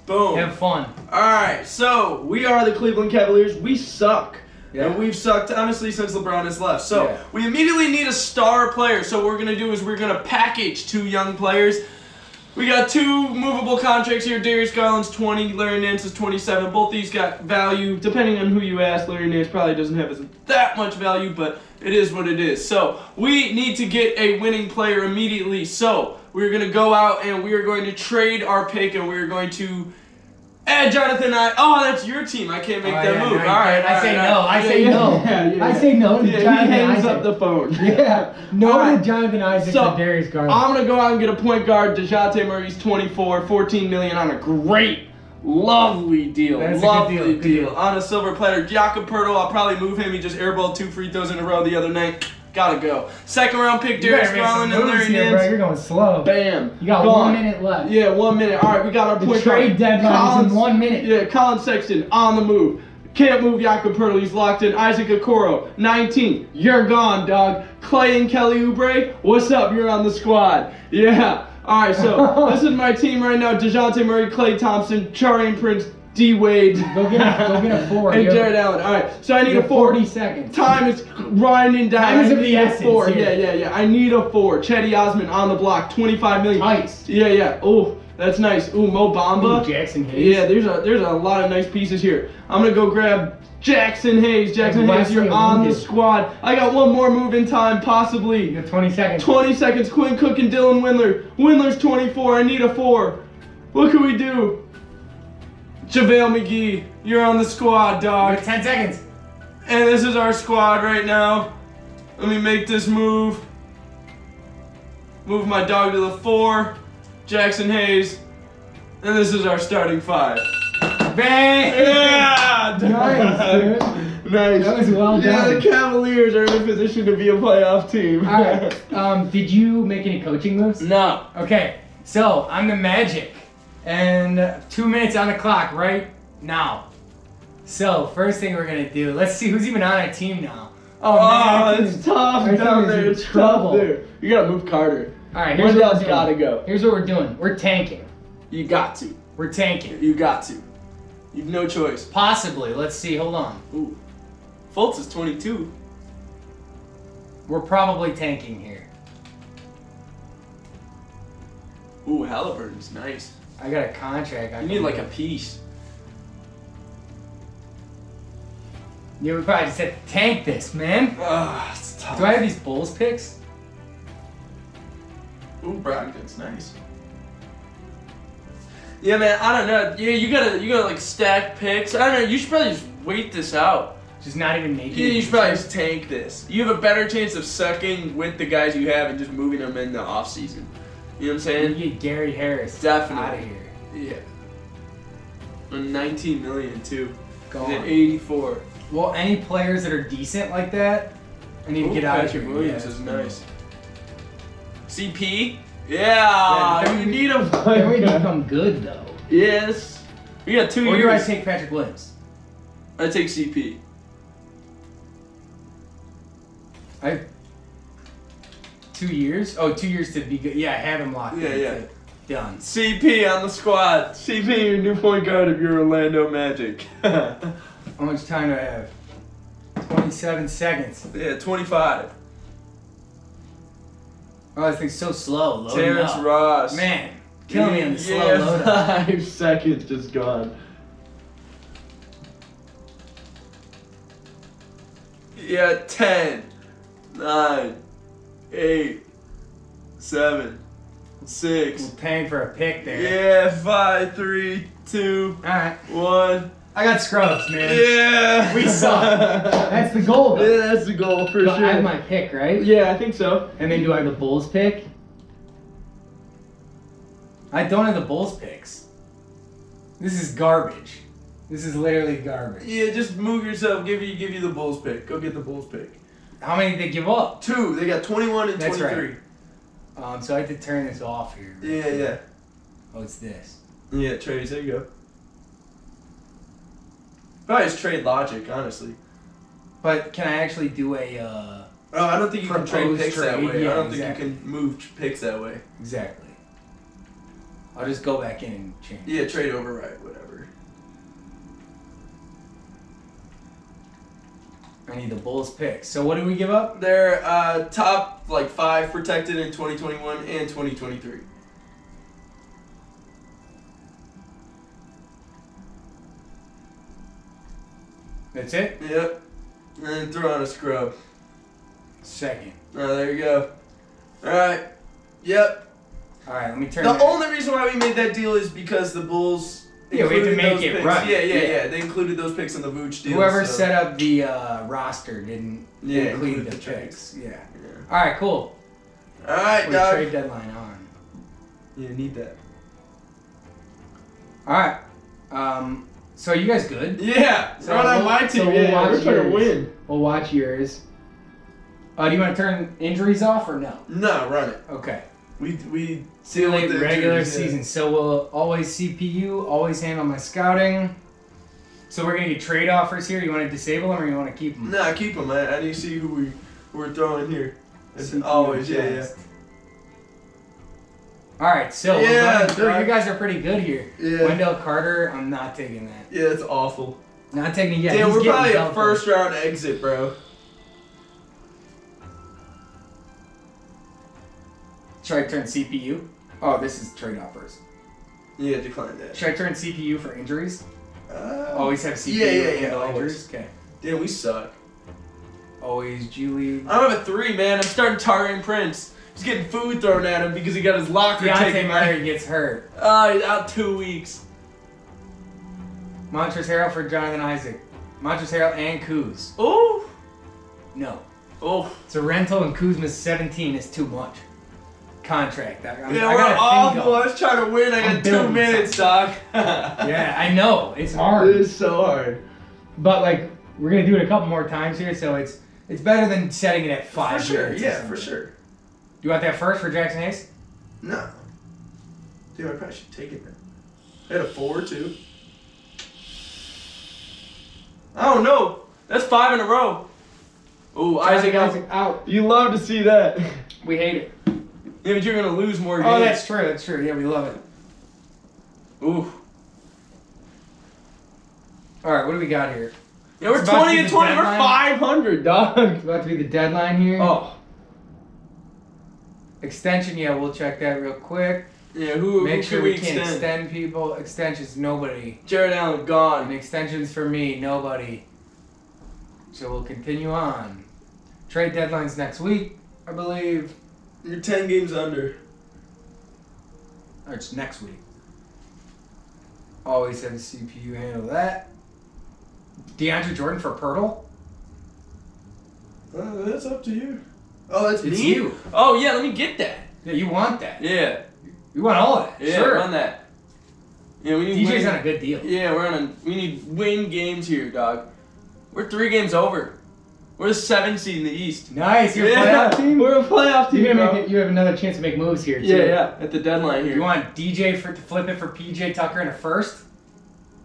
Boom.
Have fun.
All right, so we are the Cleveland Cavaliers. We suck.
Yeah.
And we've sucked honestly since LeBron has left. So
Yeah.
we immediately need a star player. So what we're gonna do is we're gonna package two young players. We got two movable contracts here. Darius Garland's 20, Larry Nance is 27. Both these got value. Depending on who you ask, Larry Nance probably doesn't have as that much value, but it is what it is. So we need to get a winning player immediately. So we're gonna go out and we are going to trade our pick and we are going to Hey, Jonathan, I. Oh, that's your team. I can't make
Oh,
that
yeah,
move.
no, you
All right.
can't. I
all
say
right,
no.
all right.
I say
Yeah,
no.
yeah, yeah,
I
yeah.
say no to
Yeah,
Jonathan
he hangs
Isaac.
up the phone.
Yeah. No
All right.
to Jonathan Isaac
So,
and Darius Garland.
I'm gonna go out and get a point guard. Dejounte Murray's 24, 14 million on a great, lovely deal.
That's a good
lovely
deal, good deal.
on a silver platter. Jakob Pertl, I'll probably move him. He just airballed two free throws in a row the other night. Gotta go. Second round pick,
You better
Darius
make some
Garland and
moves
Larry
here, bro. You're
Nance.
going slow.
Bam.
You got
Gone.
one minute left.
Yeah, one minute. All right, we got our
The
point
trade
guard.
deadline is
Collins-
in one minute.
yeah, Colin Sexton on the move. Can't move Jakob Pertl, he's locked in. Isaac Okoro, 19. You're gone, dog. Clay and Kelly Oubre, what's up? You're on the squad. Yeah. All right, so this is my team right now. DeJounte Murray, Clay Thompson, Charian Prince, D. Wade,
Go get a, go get a four.
and
You have-
Jared Allen. All right, so I need
you
a
have
four.
40 seconds.
Time is grinding down.
Time is
I
of the
need a
essence
Four.
here.
Yeah, yeah, yeah. I need a four. Chetty Osman on the block, 25 million.
Nice.
Yeah, yeah. Oh, that's nice. Ooh, Mo Bamba.
Ooh, Jackson Hayes.
Yeah, there's a there's a lot of nice pieces here. I'm gonna go grab Jackson Hayes. Jackson
And
Hayes, you're
Wesley
on the
Olunde.
squad. I got one more move in time,
You
possibly.
have 20 seconds.
20 seconds. Quinn Cook and Dylan Windler. Windler's 24. I need a four. What can we do? JaVale McGee, you're on the squad,
You
dog.
have 10 seconds.
And this is our squad right now. Let me make this move. Move my dog to the four. Jackson Hayes. And this is our starting five.
Bang!
Yeah!
Nice,
dude. Nice.
That was well
Yeah,
done.
the Cavaliers are in a position to be a playoff team.
All right. Um, did you make any coaching moves?
No.
Okay. So I'm the Magic, and uh, two minutes on the clock right now. So first thing we're gonna do, let's see who's even on our team now. Oh,
Oh,
man,
it's tough
our team
down
is
there.
in
It's
trouble.
tough there. You gotta move Carter.
All right. Here's what
Wendell's
we're doing.
gotta go.
Here's what we're doing. We're tanking.
You got to.
We're tanking.
You got to. You've no choice.
Possibly. Let's see. Hold on.
Ooh. Fultz is 22.
We're probably tanking here.
Ooh, Halliburton's nice.
I got a contract. I
You need like a piece.
Yeah, we probably just have to tank this, man.
Ah, it's tough.
Do I have these Bulls picks?
Ooh, Brogdon's nice. Yeah, man. I don't know. Yeah, you gotta you gotta like stack picks. I don't know. You should probably just wait this out.
Just not even making.
Yeah,
it.
you should probably just tank this. You have a better chance of sucking with the guys you have and just moving them in the off season. You know what I'm
We
saying?
get Gary Harris
Definitely.
out of here.
Yeah. And 19 million too. He's at
Gone.
84.
Well, any players that are decent like that, I need
Ooh,
to get out of
Patrick
here.
Williams
Yeah.
is nice. CP. Yeah,
Yeah,
you need him.
Then we become good though.
Yes. We got two
Or do I
years.
take Patrick Williams?
I take CP.
I have two years. Oh, two years to be good. Yeah, I have him locked.
Yeah,
in
yeah.
to- Done.
CP on the squad. CP, your new point guard of your Orlando Magic. yeah,
How much time do I have? Twenty-seven seconds.
25.
Oh, this thing's so slow. Loading
Terrence
up.
Ross.
Man, kill me on the slow
Yeah,
load. up.
Five seconds just gone. Yeah, 10, 9, 8, 7, six.
Paying for a pick there.
Yeah, five, three, two,
All right.
one.
I got scrubs, man.
Yeah.
We suck. That's the goal.
Yeah,
Though.
that's the goal for
So
sure.
I have my pick, right?
yeah, I think so.
And then do I have the Bulls pick? I don't have the Bulls picks. This is garbage. This is literally garbage.
Yeah, just move yourself. Give you give you the Bulls pick. Go get the Bulls pick.
How many did they give up?
Two. They got 21 and
That's right.
23.
Um, so I have to turn this off here.
Yeah, yeah.
Oh, it's this.
Yeah, trades. There you go. Probably just trade logic, honestly.
But can I actually do a uh,
Oh, I don't think you can trade
Proposed
picks that
trade,
way.
yeah,
I don't
exactly.
think you can move t- picks that way.
exactly? I'll just go back in and change.
Yeah, trade override, whatever.
I need the Bulls pick. So what did we give up?
They're uh, top like five protected in 2021 and 2023.
That's it.
Yep. And then throw on a scrub.
Second.
Oh, there you go. All right. Yep.
All right, let me turn.
The
that-
only reason why we made that deal is because the Bulls.
Yeah, we had to
included
make
those
it
picks.
right.
Yeah, yeah,
Yeah.
yeah, They included those picks in the Vooch deal.
Whoever
so-
set up the uh, roster didn't
Yeah,
include
include
the,
the
picks. Yeah.
Yeah.
All right, cool.
All right,
We
dog.
trade deadline on.
Yeah, need that.
All right. Um, so you guys good?
Yeah.
So
So on
we'll-
my team.
so we'll
yeah,
watch
we're trying to
yours.
win.
We'll watch yours. Uh, do you want to turn injuries off or no?
No, run it.
Okay.
We we
Too
seal
late
with the
regular
injuries, yeah.
season. So we'll always CPU, always handle my scouting. So we're gonna get trade offers here. You want to disable them or you want to keep them?
Nah, keep them. I, I need to see who we we're throwing here. It's always yeah, yeah.
All right, so we're
Yeah,
running through.
dog.
you guys are pretty good here.
Yeah.
Wendell Carter, I'm not taking that.
Yeah, that's awful.
Not taking it yet.
Damn,
He's
we're
getting
probably a
dumped on.
first round exit, bro.
Should I turn CPU? Oh, this is trade offers.
Yeah, decline that.
Should I turn CPU for injuries?
Uh,
Always have CPU.
Yeah, yeah,
and
yeah.
handle
Always.
Injuries. Okay.
Damn, we suck.
Always Julie.
I don't have a three, man. I'm starting Tarian Prince. He's getting food thrown at him because he got his locker
Deontay
taken.
Murray gets hurt.
Oh, he's out two weeks.
Montrezl Harrell for Jonathan Isaac. Montrezl Harrell and Kuz.
Oh,
No.
oh.
So rental and Kuzma's 17 is too much. Contract. I, I,
Yeah,
I
we're
got a thing
awful. I
going.
was trying to win. I
I'm
got two
building
minutes, dog.
Yeah, I know. It's hard.
It is so hard.
But like we're gonna do it a couple more times here, so it's it's better than setting it at
For
five.
sure.
minutes or
Yeah,
something.
for sure.
You want that first for Jackson Hayes?
No. Dude, I probably should take it then. I had a four too. I don't know. That's five in a row. Oh, Isaac,
Jonathan
out.
out.
You love to see that. Yeah,
We hate it.
but you're gonna lose more games.
Oh, that's true. That's true. Yeah, we love it.
Ooh.
All right, what do we got here?
Yeah, we're
It's about to
twenty
be
and
the
twenty. We're
deadline.
five hundred, dog.
It's about to be the deadline here.
Oh.
Extension, yeah, we'll check that real quick.
Yeah. Who?
Make
who
sure
can
we
we
can't
extend?
extend people. Extensions, nobody.
Jared Allen
And
gone.
extensions for me, nobody. So we'll continue on. Trade deadlines next week, I believe.
You're ten games under.
Or it's next week. Always have the CPU handle that. DeAndre Jordan for Pirtle?
Oh, that's up to you. Oh, that's
It's
me.
you.
Oh yeah, let me get that.
Yeah, you want that.
Yeah.
You want all of that.
Yeah,
sure.
run that. Yeah, we need
DJ's
win.
on a good deal.
Yeah, we're on a we need win games here, dog. We're three games over. We're the seventh seed in the East.
Nice. You're a
Yeah,
playoff team.
We're a playoff team.
You're gonna
bro.
make it, you have another chance to make moves here, too.
yeah, yeah. At the deadline here.
You want DJ for, to flip it for PJ Tucker in a first?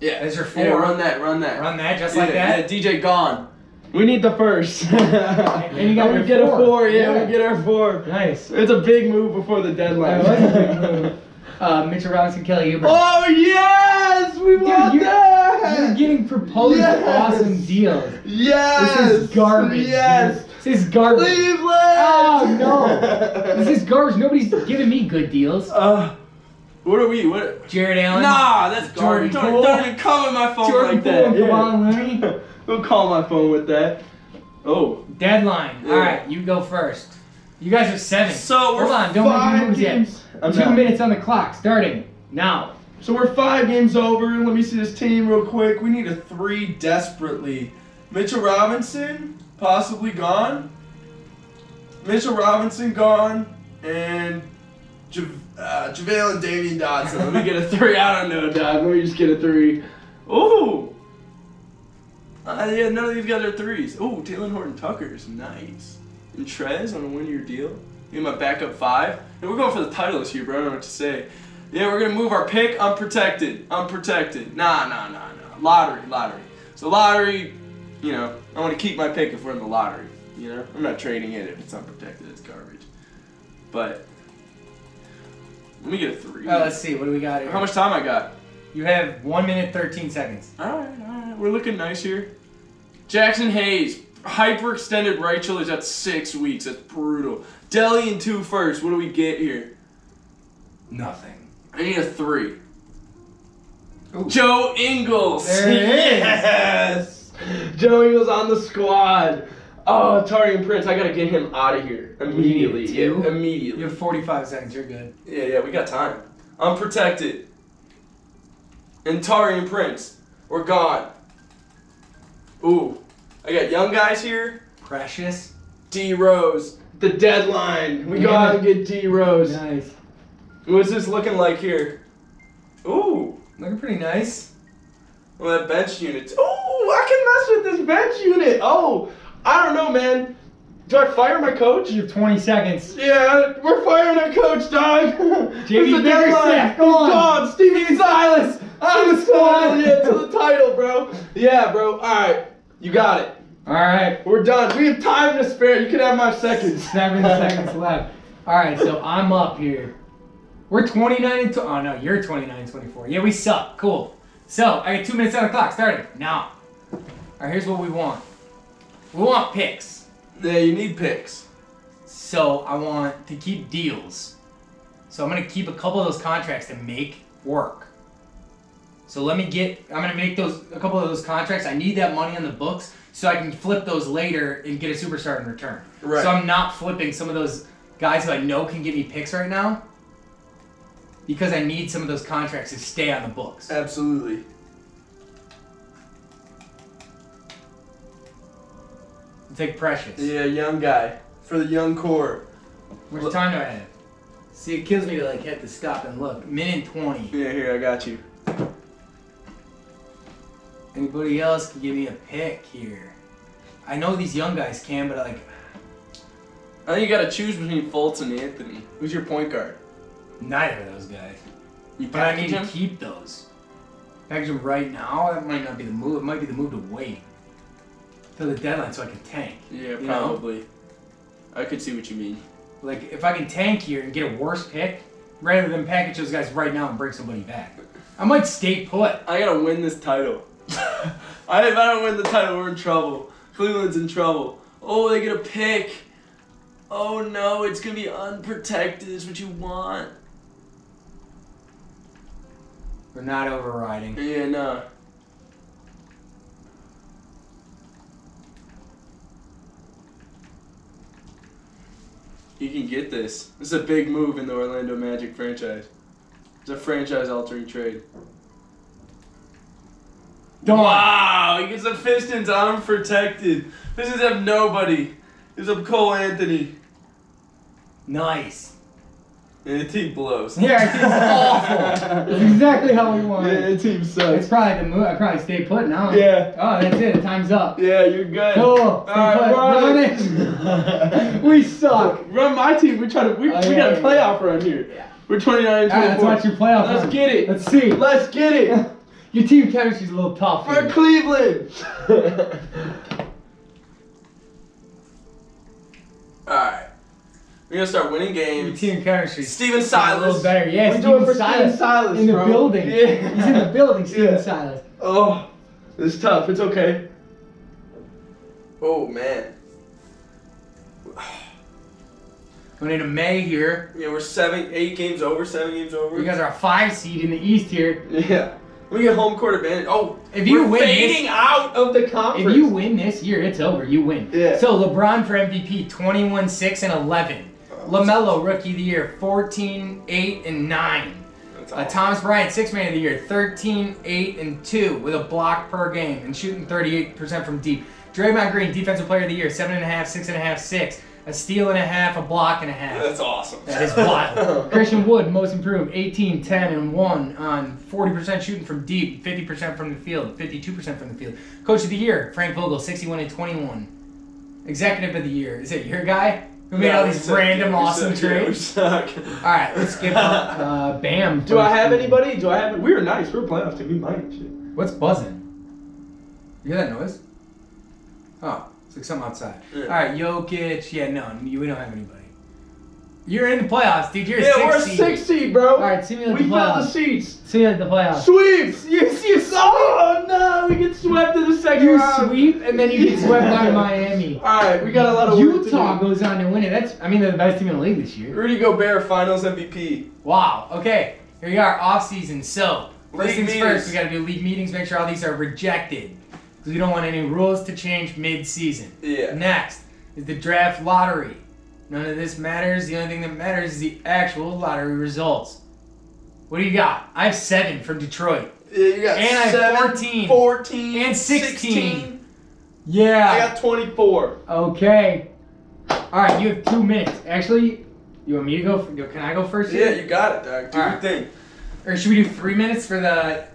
yeah.
That's your
Yeah,
four.
run that, run that.
Run that just
yeah,
like that?
Yeah, DJ gone. We need the first. and
you got your
we get
four.
a four, yeah,
Yeah.
we get our four.
Nice.
It's a big move before the deadline.
That was a big move. Uh, Mitchell Robinson, Kelly Uber.
oh yes! We want
you're-
that!
You're getting proposed
Yes.
awesome deals. This
yes!
is garbage.
Yes!
dude. This is garbage.
Cleveland!
Oh no! this is garbage. Nobody's giving me good deals.
Uh, what are we? What?
Jared Allen.
Nah, that's
Jordan
garbage. Don't,
Poole.
don't even come at my phone
Jordan
like
Poole
that.
and Kawhi Leonard.
Don't call my phone with that. Oh,
Deadline.
Yeah.
All right, you go first. You guys are seven.
So we're
hold on, don't make any
five
moves
games.
yet.
I'm
Two
not.
minutes on the clock, starting now.
So we're five games over. Let me see this team real quick. We need a three desperately. Mitchell Robinson possibly gone. Mitchell Robinson gone, and ja- uh, Javale and Damian Dotson. Let me get a three. I don't know, Doc. Let me just get a three. Ooh. Uh, yeah, none of these guys are threes. Ooh, Jalen Horton Tucker is nice. And Trez on a one-year deal. You my backup five. And we're going for the title this year, bro. I don't know what to say. Yeah, we're gonna move our pick. Unprotected. Unprotected. Nah, nah, nah, nah. Lottery, lottery. So lottery, you know, I want to keep my pick if we're in the lottery. You know, I'm not trading it if it's unprotected. It's garbage. But let me get a three.
Oh, let's see. What do we got here?
How much time I got?
You have one minute thirteen seconds.
All right, all right. We're looking nice here. Jackson Hayes, hyperextended right shoulder. That's six weeks. That's brutal. Deli in two first. What do we get here?
Nothing.
I need a three.
Ooh.
Joe Ingles.
There it is.
Yes. Joe Ingles on the squad. Oh, Tarian Prince. I gotta get him out of here immediately.
need to?
Yeah, immediately.
You have forty-five seconds. You're good.
Yeah, yeah, we got time. Unprotected. And Tari and Prince. We're gone. Ooh. I got young guys here.
Precious.
D Rose. The deadline. We
Yeah.
gotta get D Rose.
Nice.
What's this looking like here? Ooh.
Looking pretty nice.
Well, that bench unit. Ooh, I can mess with this bench unit. Oh, I don't know, man. Do I fire my coach?
You have twenty seconds.
Yeah, we're firing our coach, dog. It's
Jamie
the
Bickerstaff,
deadline.
go on.
Gone. Steven Silas. I'm the
squad.
squad. Yeah, to the title, bro. Yeah, bro. All right, you got it.
All right.
We're done. We have time to spare. You can have my seconds.
Seven seconds left. All right, so I'm up here. We're 29 and tw- oh no, you're 29 and 24. Yeah, we suck. Cool. So I got two minutes on the clock. Starting now. All right, here's what we want. We want picks.
Yeah, you need picks.
So I want to keep deals. So I'm gonna keep a couple of those contracts to make work. So let me get. I'm gonna make those a couple of those contracts. I need that money on the books so I can flip those later and get a superstar in return.
Right.
So I'm not flipping some of those guys who I know can give me picks right now because I need some of those contracts to stay on the books.
Uh, Absolutely.
Take Precious.
Yeah, young guy for the young core.
How much time do I have? See, it kills me to like have to stop and look. Minute twenty.
Yeah, here I got you.
Anybody else can give me a pick here? I know these young guys can, but like
I think you gotta choose between Fultz and Anthony. Who's your point guard?
neither of those guys.
You
But I need to keep those. Package them right now. That might not be the move. It might be the move to wait till the deadline so I can tank.
Yeah,
You know?
probably. I could see what you mean.
Like if I can tank here and get a worse pick rather than package those guys right now and bring somebody back, I might stay put.
I gotta win this title. I, if I don't win the title, we're in trouble. Cleveland's in trouble. Oh, they get a pick. Oh no, it's gonna be unprotected. Is what you want?
We're not overriding.
Yeah, no. You can get this. This is a big move in the Orlando Magic franchise. It's a franchise-altering trade.
Don't.
Wow, he gets the Pistons unprotected. Pistons have nobody. It's up Cole Anthony.
Nice.
And the team blows.
Yeah, it's awful. It's exactly how we want it.
team
It's
sucks.
probably the move. I probably stay put now.
Yeah.
Oh, that's it. Time's up.
Yeah, you're good.
Cool.
All
Stay
right,
put.
we're on it.
we suck.
Run my team. We try to. We,
Oh,
we
yeah,
got a
yeah,
playoff run here. We're 29 and
Ah,
24.
That's what you play off.
Let's
huh?
get it.
Let's see.
Let's get it.
Your team chemistry's a little tough.
For
here.
Cleveland. All right. We're gonna start winning
Your
games.
team chemistry's
Steven
a little
Silas.
better. Yeah,
we
Steven
do it for
Silas,
Steven Silas
in the
bro.
building.
Yeah.
He's in the building, Steven
Yeah.
Silas.
Oh, it's tough. It's okay. Oh man.
Going into May here.
Yeah, we're seven, eight games over, seven games over.
You guys are a five seed in the East here.
yeah. We get home court advantage. Oh,
If you
we're
win this-
fading out of the conference.
If you win this year, it's over. You win.
Yeah.
So LeBron for MVP, 21, 6, and 11.
Oh,
LaMelo, rookie of the year, 14, 8, and 9. Uh, Thomas Bryant, six man of the year, 13, 8, and 2 with a block per game and shooting 38% from deep. Draymond Green, defensive player of the year, 7.5, 6.5, 6. A steal and a half, a block and a half.
That's awesome.
That is wild. Christian Wood, most improved, 18, 10, and 1 on 40% shooting from deep, 50% from the field, 52% from the field. Coach of the year, Frank Vogel, 61 and 21. Executive of the year, is it your guy who made
Yeah,
all
we
these
suck.
random
Yeah, we
awesome
suck. Yeah, we
trades?
suck.
All right, let's skip up. Uh, Bam.
Do I have anybody? Do I have? We were nice. We were playoff team. We might and shit.
What's buzzing? You hear that noise? Oh, it's like something outside.
Yeah.
All right, Jokic. Yeah, no, you- we don't have anybody. You're in the playoffs, dude. You're
Yeah,
a
we're
six seed.
six seed, bro.
right, see me at
we
the
filled
playoffs.
the seats.
See you at the playoffs.
Sweeps. You, you Oh no, we get swept in the second
You
round.
sweep and then you get swept by Miami.
All right, we got a lot of work to
Utah
do.
goes on to win it. That's I mean they're the best team in the league this year.
Rudy Gobert, Finals MVP.
Wow. Okay. Here we are, off season. So first
League
things
meetings.
first, we got to do league meetings. Make sure all these are rejected because we don't want any rules to change mid-season.
Yeah.
Next is the draft lottery. None of this matters. The only thing that matters is the actual lottery results. What do you got? I have seven from Detroit.
Yeah, you got
And I have
seven,
14.
14,
And 16.
16.
Yeah.
I got 24.
Okay. All right, you have two minutes. Actually, you want me to go? Can I go first?
Yeah,
here?
you got it, dog. Do
All
your
right.
thing.
Or should we do three minutes for the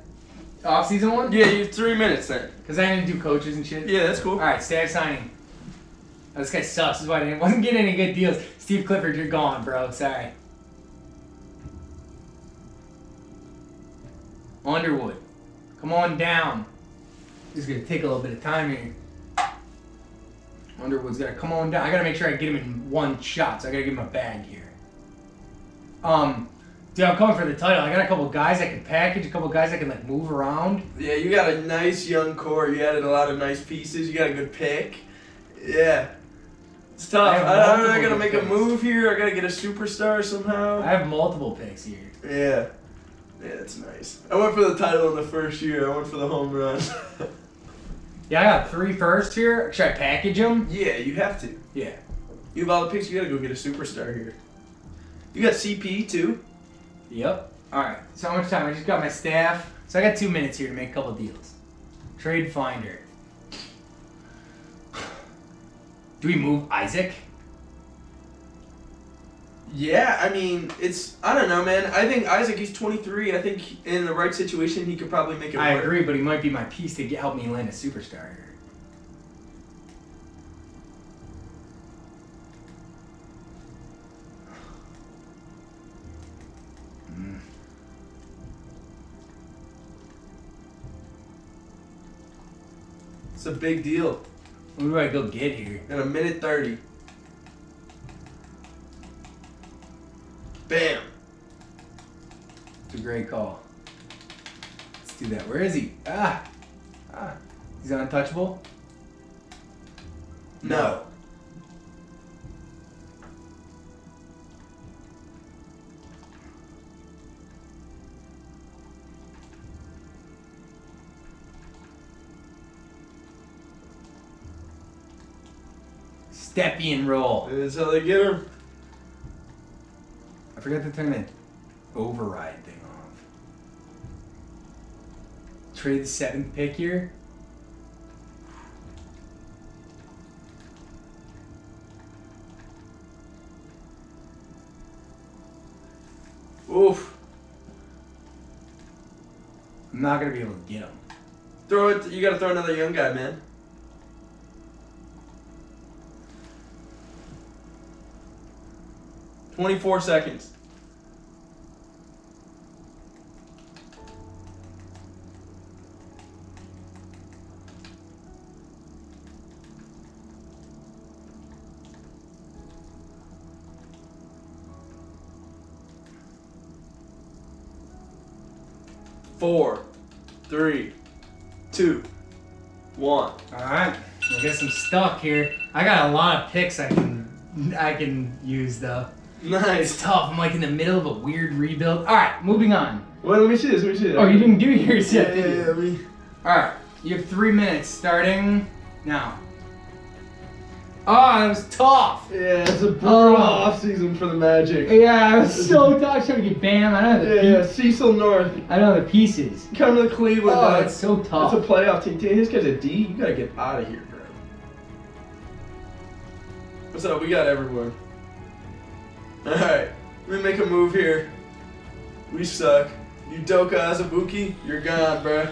off-season one?
Yeah, you have three minutes then.
Because I didn't do coaches and shit.
Yeah, that's cool.
All right, staff signing. Oh, this guy sucks. This is why I didn't, wasn't getting any good deals. Steve Clifford, you're gone, bro. Sorry. Underwood, come on down. This is gonna take a little bit of time here. Underwood's gotta come on down. I gotta make sure I get him in one shot, so I gotta give him a bag here. Um, dude, I'm coming for the title. I got a couple guys I can package, a couple guys I can like move around.
Yeah, you got a nice young core. You added a lot of nice pieces. You got a good pick. Yeah. It's tough.
I have
I, I, I
multiple
gotta
good
make a
picks.
move here. I gotta get a superstar somehow.
I have multiple picks here.
yeah. Yeah, that's nice. I went for the title in the first year. I went for the home run.
Yeah, I got three first here. Should I package them?
yeah, you have to.
Yeah.
You have all the picks. You gotta go get a superstar here. You got CP too.
Yep. All right. So how much time? I just got my staff. So I got two minutes here to make a couple deals. Trade finder. Do we move Isaac?
Yeah, I mean, it's I don't know, man. I think Isaac, he's 23. I think in the right situation, he could probably make it
I
work.
agree, but he might be my piece to get, help me land a superstar here.
It's a big deal.
Who do I go get here?
In a minute 30. Bam.
It's a great call. Let's do that. Where is he? Ah. Ah. He's untouchable.
No.
Stepien roll.
That's how they get him.
I forgot to turn that override thing off. Trade the seventh pick here.
Oof.
I'm not gonna be able to get him.
Throw it. You gotta throw another young guy, man. Twenty-four seconds. Four, three, two, one.
All right, I guess I'm stuck here. I got a lot of picks I can I can use though. It's
Nice.
tough. I'm like in the middle of a weird rebuild. All right, moving on.
Well, let me see this. Let me see this.
Oh, you didn't do yours yet, did you?
let me.
All right, you have three minutes starting now. Oh, it was tough.
Yeah, it's a brutal
Oh.
off offseason for the Magic.
Yeah, I was so tough trying to get Bam. I don't know the,
Yeah, yeah, Cecil North.
pe- I don't know the pieces.
Come to Cleveland.
Oh,
dog.
it's so tough.
That's a playoff team. Dude, This guy's a D. You gotta get out of here, bro. What's up? We got everyone. All right, let me make a move here. We suck. You Doka Azabuki, you're gone, bro.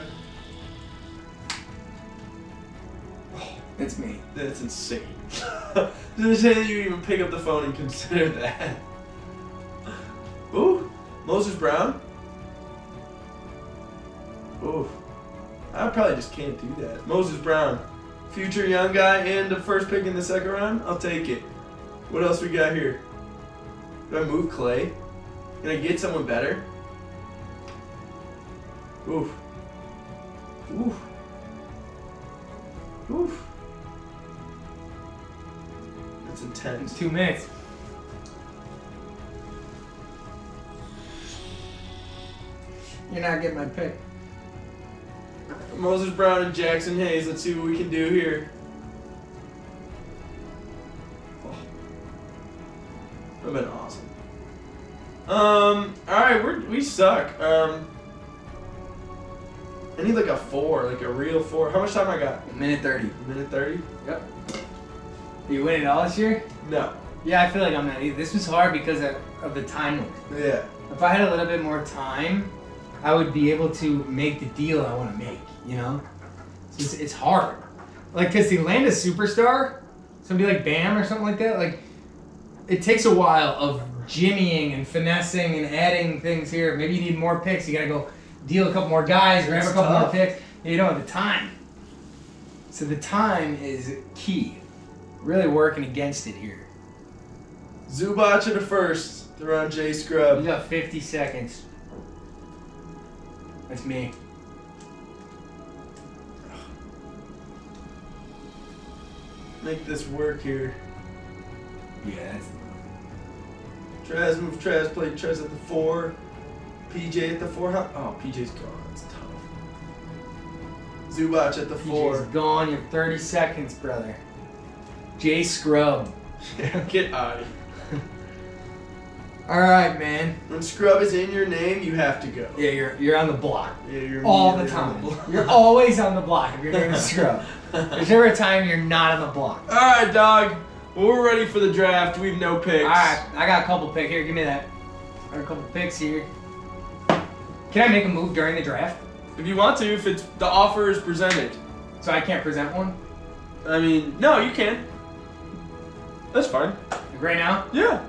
It's me.
Oh, That's insane. Didn't say that you even pick up the phone and consider that. Ooh, Moses Brown. Ooh, I probably just can't do that. Moses Brown, future young guy and the first pick in the second round. I'll take it. What else we got here? Do I move Clay? Can I get someone better? Oof. Oof. Oof. That's intense.
Two minutes. You're not getting my pick.
Moses Brown and Jackson Hayes. Let's see what we can do here. Oh. That'd been awesome. Um. All right, we're we suck. Um. I need like a four, like a real four. How much time I got?
Minute 30.
A minute thirty?
Yep. You win it all this year?
No.
Yeah, I feel like I'm not either. This was hard because of, of the time limit.
Yeah.
If I had a little bit more time, I would be able to make the deal I want to make, you know? It's, just- it's hard. Like, because to land a superstar, somebody like Bam or something like that, like, it takes a while of jimmying and finessing and adding things here. Maybe you need more picks. You got to go deal a couple more guys, grab a
It's
couple
tough.
more picks. You don't have the time. So the time is key. Really working against it here.
Zubach at the first. They're on J
You
Scrub.
got 50 seconds. That's me.
Make this work here.
Yeah, that's
Trez move Trez, play Trez at the four. PJ at the four. How- Oh, PJ's gone. It's tough. Zubach at the
PJ's
four.
gone. You're 30 seconds, brother. Jay Scrub.
Get out of here.
All right, man.
When Scrub is in your name, you have to go.
Yeah, you're you're on the block
Yeah, you're
all the
immediately on
time.
block.
You're always on the block if your name is Scrub. There's never a time you're not on the block.
all right, dog. Well, we're ready for the draft. We've no picks.
All right, I got a couple pick here. Give me that. I got a couple picks here. Can I make a move during the draft
If you want to, if it's the offer is presented.
so I can't present one
I mean, no, you can. That's fine.
Like right now?
Yeah,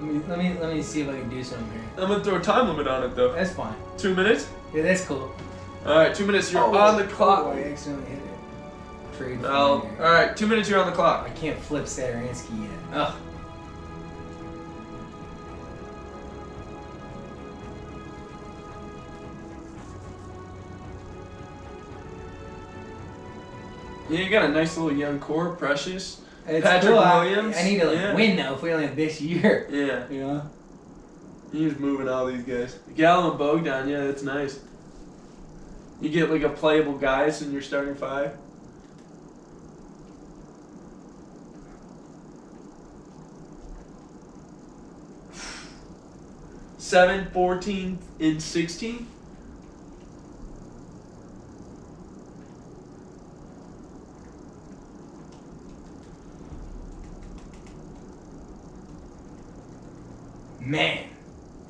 Let me let me let me see if I can do something here.
I'm gonna throw a time limit on it though.
That's fine.
Two minutes.
Yeah, that's cool.
All right, two minutes. You're on the clock. Oh, er.
Oh, I accidentally hit it. Trade.
Well,
finder.
all right, two minutes. You're on the
I
clock.
can't flip Saturansky yet. Ugh.
Yeah, you got a nice little young core, Precious.
It's
Patrick
cool. I-
Williams?
I, need to like
Yeah.
win though if we only have this year.
Yeah,
You know?
he was moving all these guys. Gallo and Bogdan, yeah, that's nice. You get like a playable guys in your starting five. Seven, 14, and 16?
Man,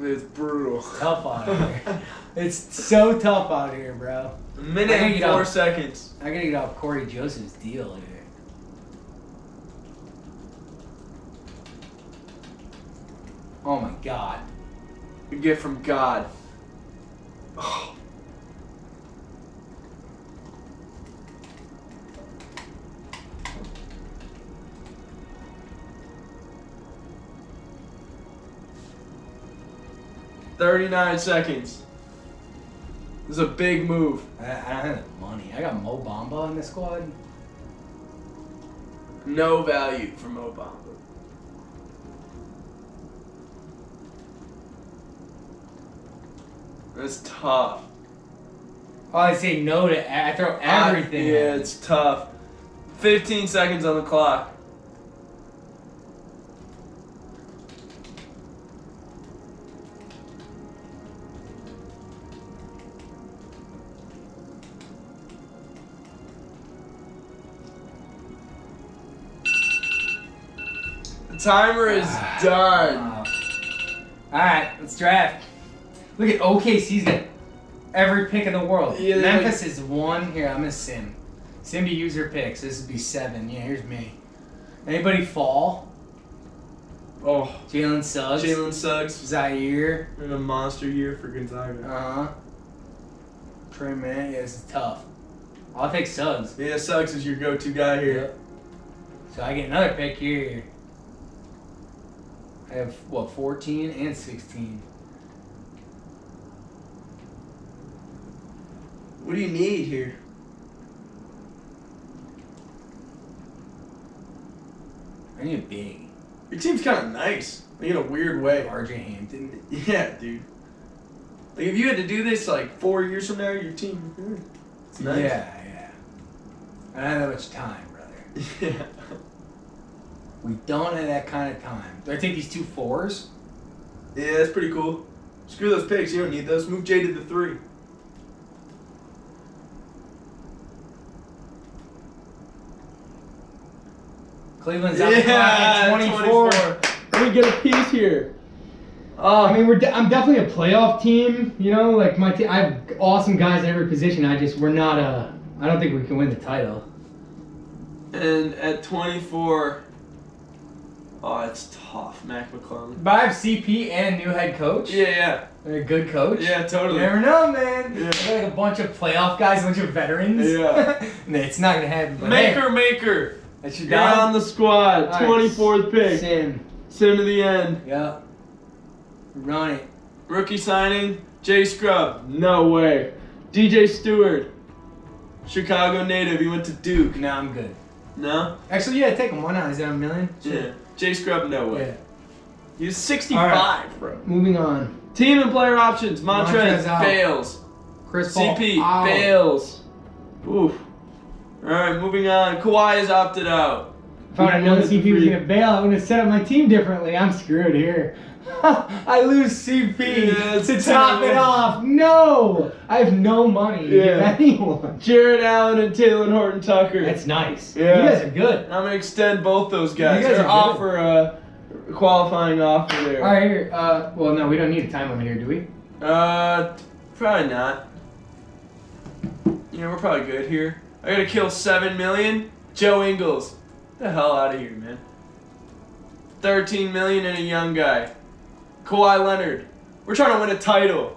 It's brutal.
tough out here. it's so tough out here, bro.
A
I
minute
think
and
you
four
don't-
seconds.
I gotta get off Corey Joseph's deal here. Oh my god.
You get from God. Thirty-nine seconds. This is a big move.
I, I don't have the money. I got Mo Bamba in the squad.
No value for Mo Bamba. That's tough.
Oh, I say no to. I throw everything.
I- yeah, it's tough. 15 seconds on the clock. timer is done.
Uh, All right, let's draft. Look at OKC's got every pick in the world.
Yeah, they're
Memphis is one. Here, I'm gonna sim. Sim to user picks. This would be seven. Yeah, here's me. Anybody fall?
Oh,
Jalen Suggs.
Jalen Suggs
Zaire.
in a monster year for Gonzaga.
Uh huh. Trey Man. Yeah, this is tough. I'll take Suggs.
Yeah, Suggs is your go-to guy here.
So I get another pick here. I have what 14 and 16.
What do you need here?
I need a big.
Your team's kind of nice, like in a weird way.
RJ Hampton.
Yeah, dude. Like if you had to do this like four years from now, your team. would be good. Hmm, It's nice.
Yeah, yeah. I don't have that much time, brother.
Yeah.
We don't have that kind of time. Do I take these two fours?
Yeah, that's pretty cool. Screw those picks. You don't need those. Move Jay to the three.
Cleveland's out yeah, the clock at 24.
We get a piece here.
Oh, I mean, we're de- I'm definitely a playoff team. You know, like my team. I have awesome guys at every position. I just we're not uh I don't think we can win the title.
And at 24, oh, it's tough, Mac McClung.
But I have CP and a new head coach.
Yeah,
And a good coach.
yeah, yeah,
You
totally.
never know, man.
Yeah.
I got like a bunch of playoff guys, a bunch of veterans.
Yeah.
Nah, it's not going to happen. But hey,
Maker, maker.
that's your
You're on
down.
the squad.
Nice.
24th pick. Sim.
Sim.
to the end.
Yeah. Run it.
Rookie signing, Jay Scrub. No way. DJ Stewart, Chicago native. He went to Duke.
Now I'm good.
No?
Actually, yeah, take him. Why not? Is that a million?
Yeah. Jay Scrub, no way.
Yeah.
He's 65, bro.
Moving on.
Team and player options. Montrez,
Montrez out.
Bales.
Chris Paul.
CP,
Oh.
out.
Bales. Oof. All right, moving on. Kawhi has opted out.
If I would have known CP was gonna bail, I would have set up my team differently. I'm screwed here. I lose CP
Yeah, it's
to top it
terrible.
off. No, I have no money to give
Yeah.
anyone.
Jared Allen and Taylor Horton Tucker.
That's nice.
Yeah.
You guys are good.
I'm gonna extend both those guys.
You guys
Or
are
offer a qualifying offer there.
All right, here. Uh, well, no, we don't need a time limit here, do we?
Uh, probably not. You know, we're probably good here. I gotta kill seven million. Joe Ingles, Get the hell out of here, man. Thirteen million and a young guy. Kawhi Leonard. We're trying to win a title.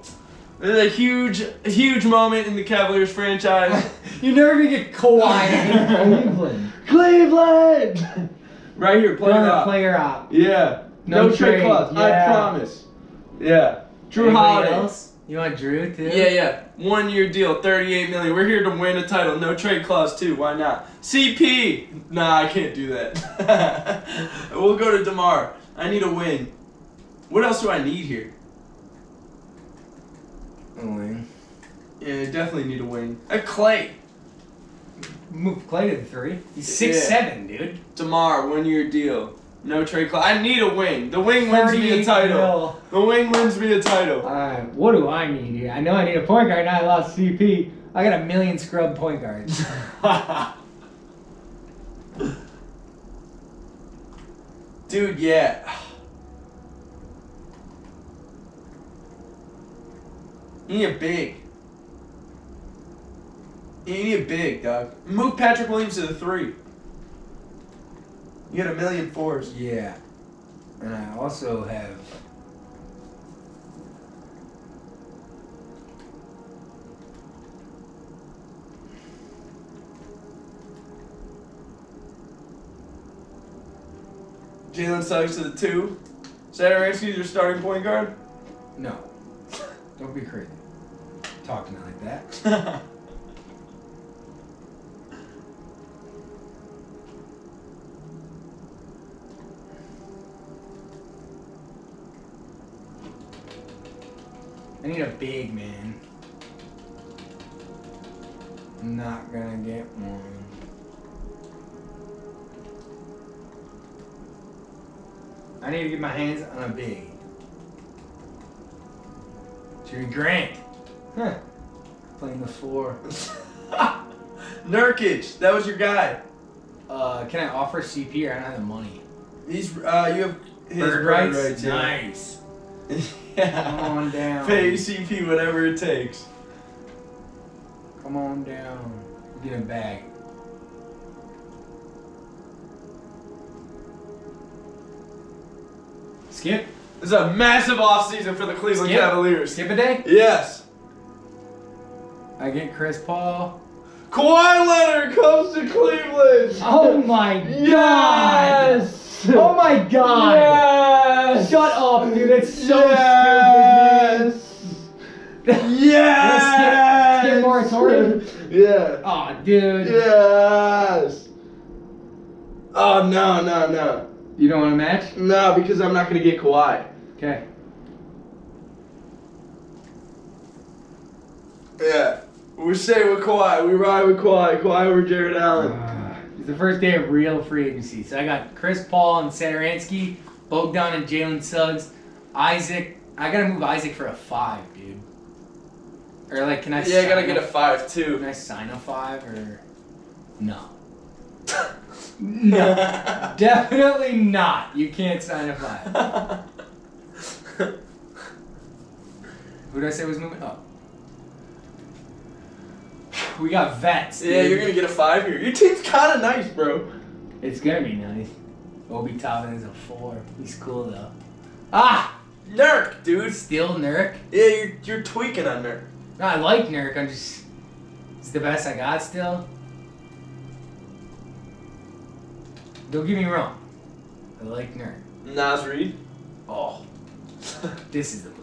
This is a huge, a huge moment in the Cavaliers franchise.
You're never gonna get Kawhi.
Cleveland.
Cleveland. right here, play it
Player,
up.
player op.
Yeah.
No trade, yeah.
promise. Yeah. Drew
Anybody
Holiday.
else? You want Drew too?
Yeah, yeah. One year deal, 38 million. We're here to win a title. No trade clause, too. Why not? CP. Nah, I can't do that. we'll go to DeMar. I need a win. What else do I need here? Yeah, I definitely need a win. A Clay.
Move Clay to the three. He's
Yeah.
six seven, dude.
DeMar, one year deal. No trade clause. I need a wing. The wing wins me a
38
title.
mil.
The wing wins me a title.
Uh,
Alright, what do I need here? I know I need a point guard. Now I lost CP.
I got a million scrub point guards.
Dude, yeah. You need a big. You need a big, dog. Move Patrick Williams to the three. You got a million fours.
yeah. And I also have.
Jalen Suggs to the two. Saturansky is your starting point guard.
No. Don't be crazy. Talking like that. I need a big man. I'm not gonna get one. I need to get my hands on a big. Jimmy Grant. Huh. Playing the floor.
Nurkic, that was your guy.
Uh, can I offer CP or I don't have the money?
He's uh, you have his
Bird
bird
rights?
rights, yeah.
Nice.
yeah.
Come on down.
Pay CP whatever it takes.
Come on down. Get a bag. Skip.
This is a massive offseason for the Cleveland
Skip.
Cavaliers.
Skip a day.
Yes.
I get Chris Paul.
Kawhi Leonard comes to Cleveland.
Oh my
Yes!
god! Oh my god!
Yes.
Shut up, dude. It's so stupid, man.
yes.
Let's
Yes.
get- let's get moratorium.
yeah.
Oh, dude.
Yes. Oh no no no
You don't want to match?
no because I'm not gonna get Kawhi.
Okay.
Yeah. We stay with Kawhi. We ride with Kawhi. Kawhi over Jared Allen.
It's the first day of real free agency. So I got Chris Paul and Saturansky, Bogdan and Jalen Suggs, Isaac. I gotta move Isaac for a five, dude. Or like, can I?
yeah, I
sign
gotta get a
him-
five
Can
too.
I sign a five or no? no, definitely not. You can't sign a five. Who did I say was moving up? We got vets.
Yeah,
dude.
you're gonna get a five here. Your team's kind of nice, bro.
It's gonna be nice. Obi Toppin is a four. He's cool though. Ah,
Nurk, dude.
still Nurk.
Yeah, you're you're tweaking on Nurk.
No, I like Nurk. I'm just, it's the best I got still. Don't get me wrong. I like Nurk.
Nas Reed.
Oh, this is the move.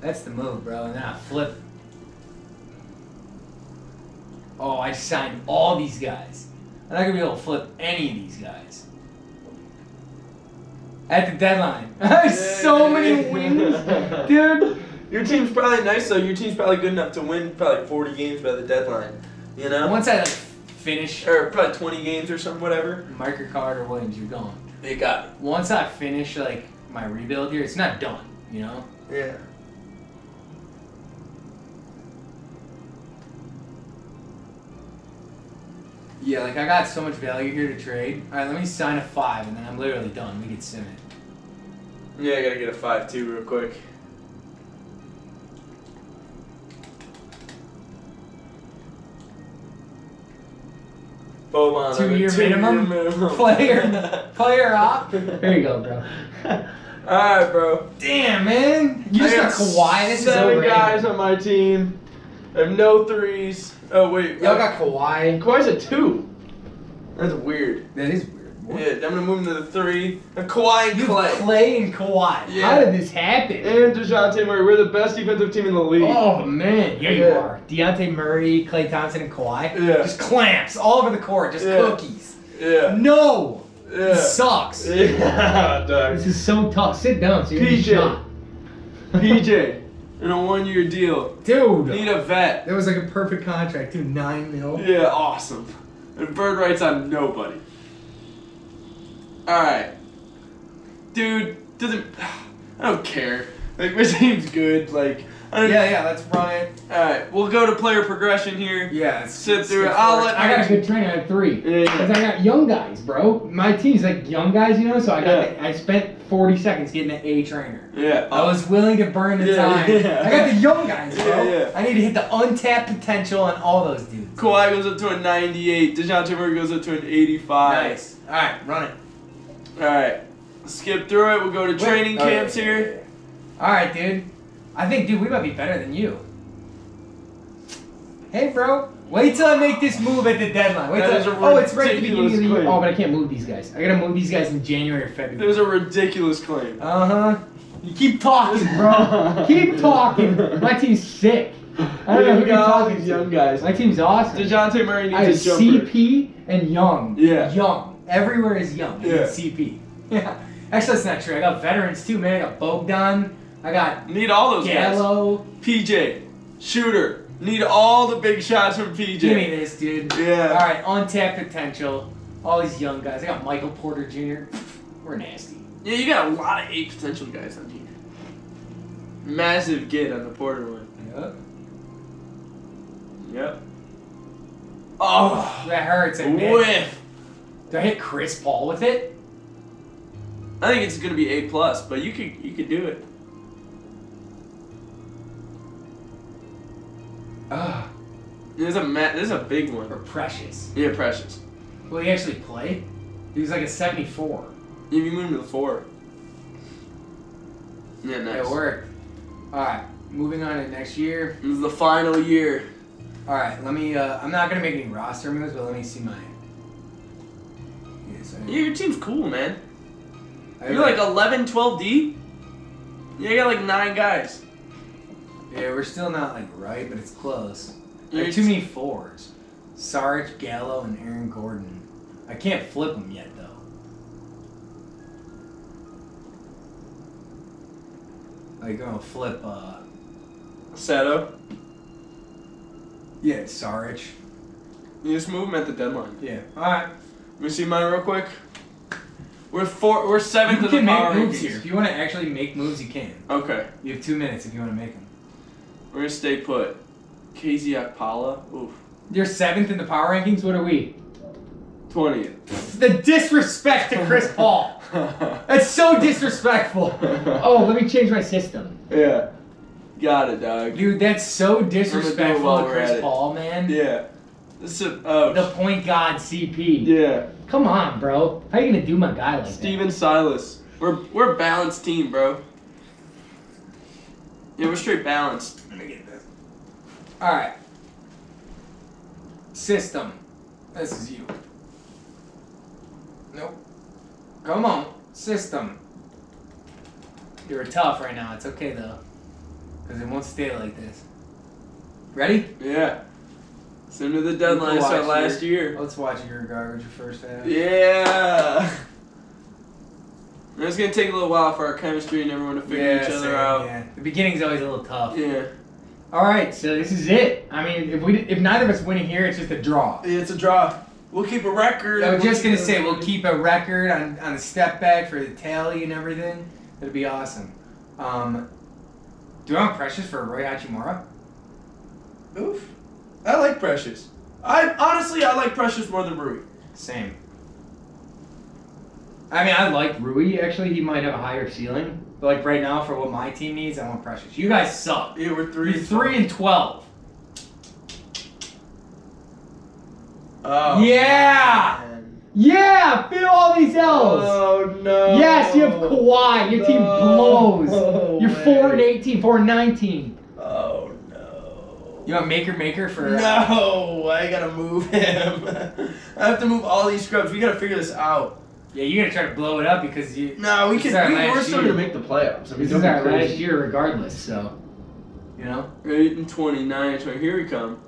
That's the move, bro. And then I flip. Oh, I signed all these guys. I'm not gonna be able to flip any of these guys. At the deadline. so many wins, dude.
Your team's probably nice though. Your team's probably good enough to win probably 40 games by the deadline. You know,
Once I like, finish
or probably 20 games or something, whatever.
Marker Card or Williams, you're gone.
They got it.
Once I finish like my rebuild here, it's not done, you know?
Yeah.
Yeah, like I got so much value here to trade. All right, let me sign a five, and then I'm literally done. We get Simmons.
Yeah, I gotta get a five too real quick. Boban, on a
Two-year
two-year
minimum?
minimum.
Player, player op. There you go, bro.
All right, bro.
Damn, man, you just
I
got Kawhi. This is
seven
overrated.
guys on my team. I have no threes. Oh wait,
Y'all got Kawhi.
Kawhi's a two. That's weird.
That is weird. What?
Yeah, I'm gonna move him to the three. And Kawhi and
You
Clay.
Clay and Kawhi.
Yeah.
How did this happen?
And Dejounte Murray. We're the best defensive team in the league.
Oh man, yeah, you
Yeah.
are. Deontay Murray, Clay Thompson, and Kawhi.
Yeah.
Just clamps all over the court. Just
Yeah.
cookies.
Yeah.
No,
Yeah.
this sucks.
Yeah, dog.
This is so tough. Sit down, so you can
PJ.
shot.
PJ in a one-year deal.
Dude,
Need a vet.
that was like a perfect contract. Dude, nine mil.
Yeah, awesome. And Bird writes on nobody. All right, dude. Doesn't. I don't care. Like my team's good. Like I don't.
Yeah, yeah, let's run it.
All right, we'll go to player progression here.
Yeah,
Sit through it. I'll let.
I got a good trainer at three.
Yeah, yeah.
Because I got young guys, bro. My team's like young guys, you know. So I got
Yeah.
the, I spent 40 seconds getting an A trainer.
Yeah.
I
Oh,
was willing to burn the
Yeah,
time.
yeah.
I got the young guys, bro.
Yeah, yeah.
I need to hit the untapped potential on all those dudes.
Kawhi goes up to a 98. Dejounte Murray goes up to an 85.
Nice. All right, run it.
All right. Skip through it. We'll go to training
Oh, yeah,
camps
yeah,
here.
All right, dude. I think, dude, we might be better than you. Hey, bro. Wait till I make this move at the deadline. Wait
That
till
is a
oh, it's right at the beginning of the
ridiculous
year.
claim.
Oh, but I can't move these guys. I gotta move these guys in January or
That was
February.
a ridiculous claim.
Uh huh. You keep talking, bro. keep talking. My team's sick. I don't know who you're talking to.
guys.
My team's awesome.
Dejounte Murray
I have
needs a jumper.
CP and Young.
Yeah.
Young. Everywhere is Young. You
Yeah.
need CP. Yeah. Actually, that's not true. I got veterans too, man. I got Bogdan. I got
Need all those guys.
Gallo.
PJ, shooter. Need all the big shots from PJ.
Give me this, dude.
Yeah.
All right, untapped potential. All these young guys. I got Michael Porter Jr. We're nasty.
Yeah, you got a lot of eight potential guys on here. Massive get on the Porter one.
Yep.
Yep. Oh,
That hurts. I admit.
whiff.
Do I hit Chris Paul with it?
I think it's gonna be A plus, but you could you could do it.
Ugh,
There's a ma- there's a big
or
one.
Precious.
Yeah, Precious.
Will he actually play? He was like a 74.
If you move him to the four. Yeah, nice.
It worked. Alright, moving on to next year.
This is the final year.
Alright, let me, uh, I'm not gonna make any roster moves, but let me see my. Yes, I-
Yeah, your team's cool, man.
I-
You're like 11, 12 deep. Yeah, you got like nine guys.
Yeah, we're still not like right, but it's close.
Yeah,
There are too many fours. Sarge, Gallo, and Aaron Gordon. I can't flip them yet though. Like I'm gonna flip uh
Sato.
yeah, Sarge.
You just move him at the deadline.
Yeah. Alright.
Let me see mine real quick. We're four. We're
You
seventh in the
can make
power
moves
rankings.
here. If you wanna actually make moves you can.
Okay,
You have two minutes if you wanna make them.
we're gonna stay put. KZ Akpala. Oof.
You're seventh in the power rankings, what are we?
Twentieth.
The disrespect to Chris Paul. That's so disrespectful. Oh, let me change my system.
yeah. Got it, dog.
Dude, that's so
We're gonna do it
disrespectful
while
to
we're
Chris
at it.
Paul, man.
Yeah. This is oh.
The point guard CP.
yeah.
Come on, bro. How you gonna do my guy like
Steven Silas. We're we're a balanced team, bro. Yeah, we're straight balanced.
that? All right. System. This is you. Nope. Come on, system. You're tough right now. It's okay though, because it won't stay like this. Ready?
Yeah. Send to the deadline
You can
start
watch
last year.
Let's watch Oh, your garbage first eh? half.
Yeah. And It's gonna take a little while for our chemistry and everyone to figure
Yeah,
each other
same,
out.
yeah. The beginning's always a little tough.
Yeah. yeah.
All right, so this is it. I mean, if we if neither of us win it here, it's just a draw.
It's a draw. We'll keep a record.
I was
We'll
just gonna
keep a-
say we'll keep a record on on the step back for the tally and everything. That'd be awesome. Um, do I want precious for Roy Hachimura?
Oof. I like Precious. I honestly I like Precious more than Rui.
Same. I mean, I like Rui. Actually, he might have a higher ceiling. But like right now, for what my team needs, I want precious. You guys suck.
Yeah, we're
You're
three.
three and twelve.
Oh.
Yeah.
man.
Yeah, fill all these L's.
Oh no.
Yes, you have Kawhi. Your team
No
blows. You're
way.
four and 18, four and 19.
Oh no.
You want maker maker for?
No, I gotta move him. I have to move all these scrubs. We gotta figure this out.
Yeah, you're gonna try to blow it up because you.
No, we
This
can.
is our
We,
last
we're still
year.
gonna make the playoffs. I mean,
This
don't
is
be
our
crazy.
last year, regardless. So, you know.
Eight and twenty-nine. So here we come.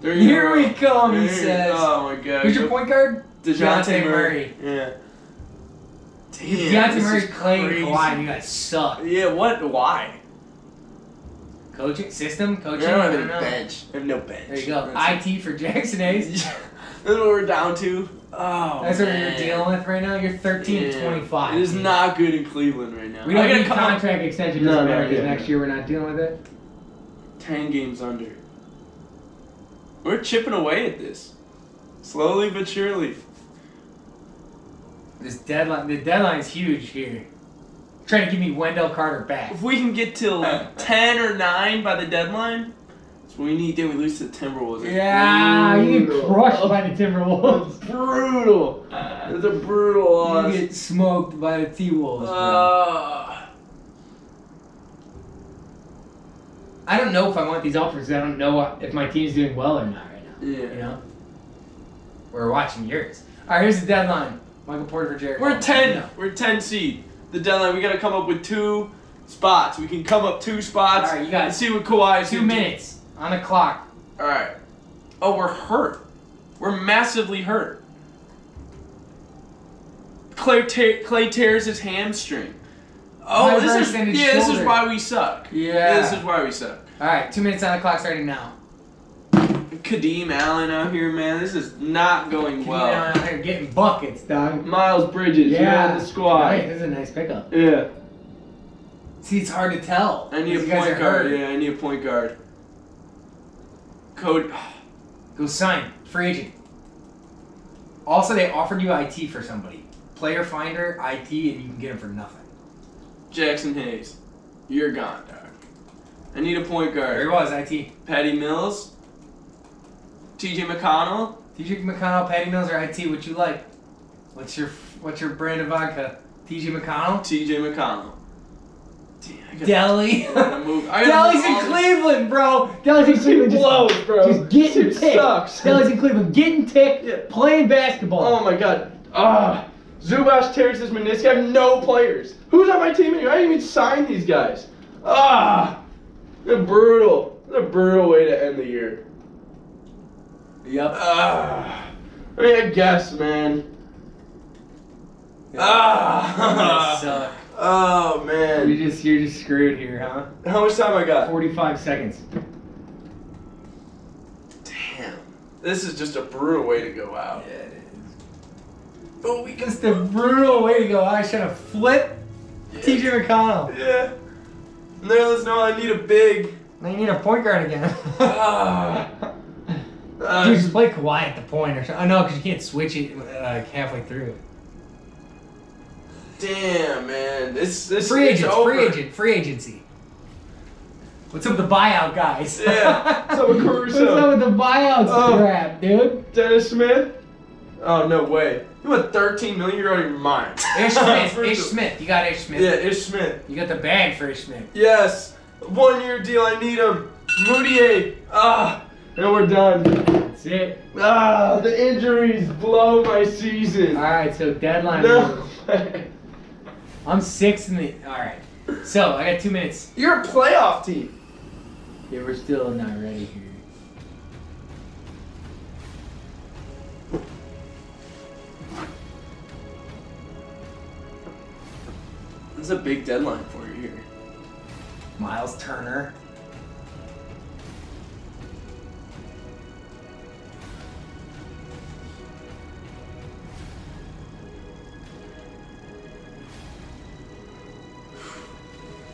There you
Here
go.
we come, he
There you-
says.
Oh my god.
Who's your point guard? Dejounte Murray.
Yeah. Damn,
Deontay
this
Murray,
is
Clay, and
crazy.
Kawhi. You guys suck.
Yeah. What? Why?
Coaching system,
I
coaching.
don't
I
have
don't
any
know.
bench. I have no bench.
There you go.
That's it.
It for Jackson A's.
That's what we're down to. Oh,
That's what you're
man.
dealing with right now. You're 13 to
Yeah.
25.
It is
dude.
not good in Cleveland right now.
We don't
I gotta
need
come up
contract extension.
No,
Doesn't
no,
matter 'cause
yeah,
next
yeah.
year we're not dealing with it.
ten games under. We're chipping away at this, slowly but surely.
This deadline, the deadline's huge here. Trying to give me Wendell Carter back.
If we can get till ten or nine by the deadline, that's what we need. Then we lose to the Timberwolves. It's
Yeah, Ah, you get
brutal.
crushed by the Timberwolves.
Brutal. It's a brutal
You
loss.
get smoked by the T Wolves.
Uh,
I don't know if I want these offers. I don't know if my team's doing well or not right now. You
yeah.
know, we're watching yours. All right, here's the deadline. Michael Porter for Jared.
We're
Allen.
ten.
No.
We're ten seed. The deadline. We gotta come up with two spots. We can come up two spots.
All right, you got
and see what Kawhi.
Two minutes on the clock.
All right. Oh, we're hurt. We're massively hurt. Clay, te- Clay tears his hamstring. Oh,
My
this is
verse and his
yeah. This is
shoulder.
why we suck.
Yeah.
This is why we suck.
All right, two minutes on the clock starting now.
Kadeem Allen out here, man. This is not going well.
Wow. They're getting buckets, dog.
Miles Bridges, you're on the squad.
Nice, This is a nice pickup.
Yeah.
See, it's hard to tell.
I need a
These guys
point
are
guard.
hurt.
Yeah, I need a point guard. Code.
Go sign. Free agent. Also, they offered you IT for somebody. Player Finder, IT, and you can get them for nothing.
Jackson Hayes, you're gone, dog. I need a point
There he
guard.
was, IT.
Patty Mills, T.J. McConnell.
TJ McConnell, Patty Mills, or IT, what you like? What's your What's your brand of vodka? TJ McConnell?
T.J. McConnell. Damn, I gotta-
Deli.
I gotta move- I gotta
Deli's
move all
in
this-
Cleveland, bro. Deli's in Cleveland. Just,
blows, bro.
Just getting
Shit
ticked.
sucks.
Deli's in Cleveland, getting ticked,
Yeah.
playing basketball.
Oh my god. Ah. Zubac tears his meniscus. I have no players. Who's on my team anymore? I didn't even sign these guys. Ah. They're brutal. What a brutal way to end the year.
Yep.
Ah. I mean, I guess, man. Ah.
suck.
oh
You
man.
just you're just screwed here, huh?
How much time I got?
45 seconds.
Damn. This is just a brutal way to go out. But we can.
Just a brutal way to go. I should have flipped TJ McConnell.
Yeah. Nerlens, no, I need a big.
Now you need a point guard again.
Ah. Ah.
Dude, just play Kawhi at the point or something. Oh, no, because you can't switch it uh, halfway through.
Damn, man. This this
Free
it's
agents, free
over.
agent, free agency. What's up with the buyout guys?
Yeah. What's up with Caruso?
What's up with the buyout
Oh.
crap, dude?
Dennis Smith? Oh no way. You want 13 million? You're out of your mind.
Ish Smith,
For
Ish
sure.
Smith. You got Ish Smith.
Yeah, Ish Smith.
You got the bag for Ish Smith.
Yes. One year deal. I need him. Moutier. Ah. And we're done.
That's it.
Ah. The injuries blow my season.
All right, so deadline.
No. way.
I'm six in the. All right. So I got two minutes.
You're a playoff team.
Yeah, we're still not ready here.
That's a big deadline for you here.
Miles Turner.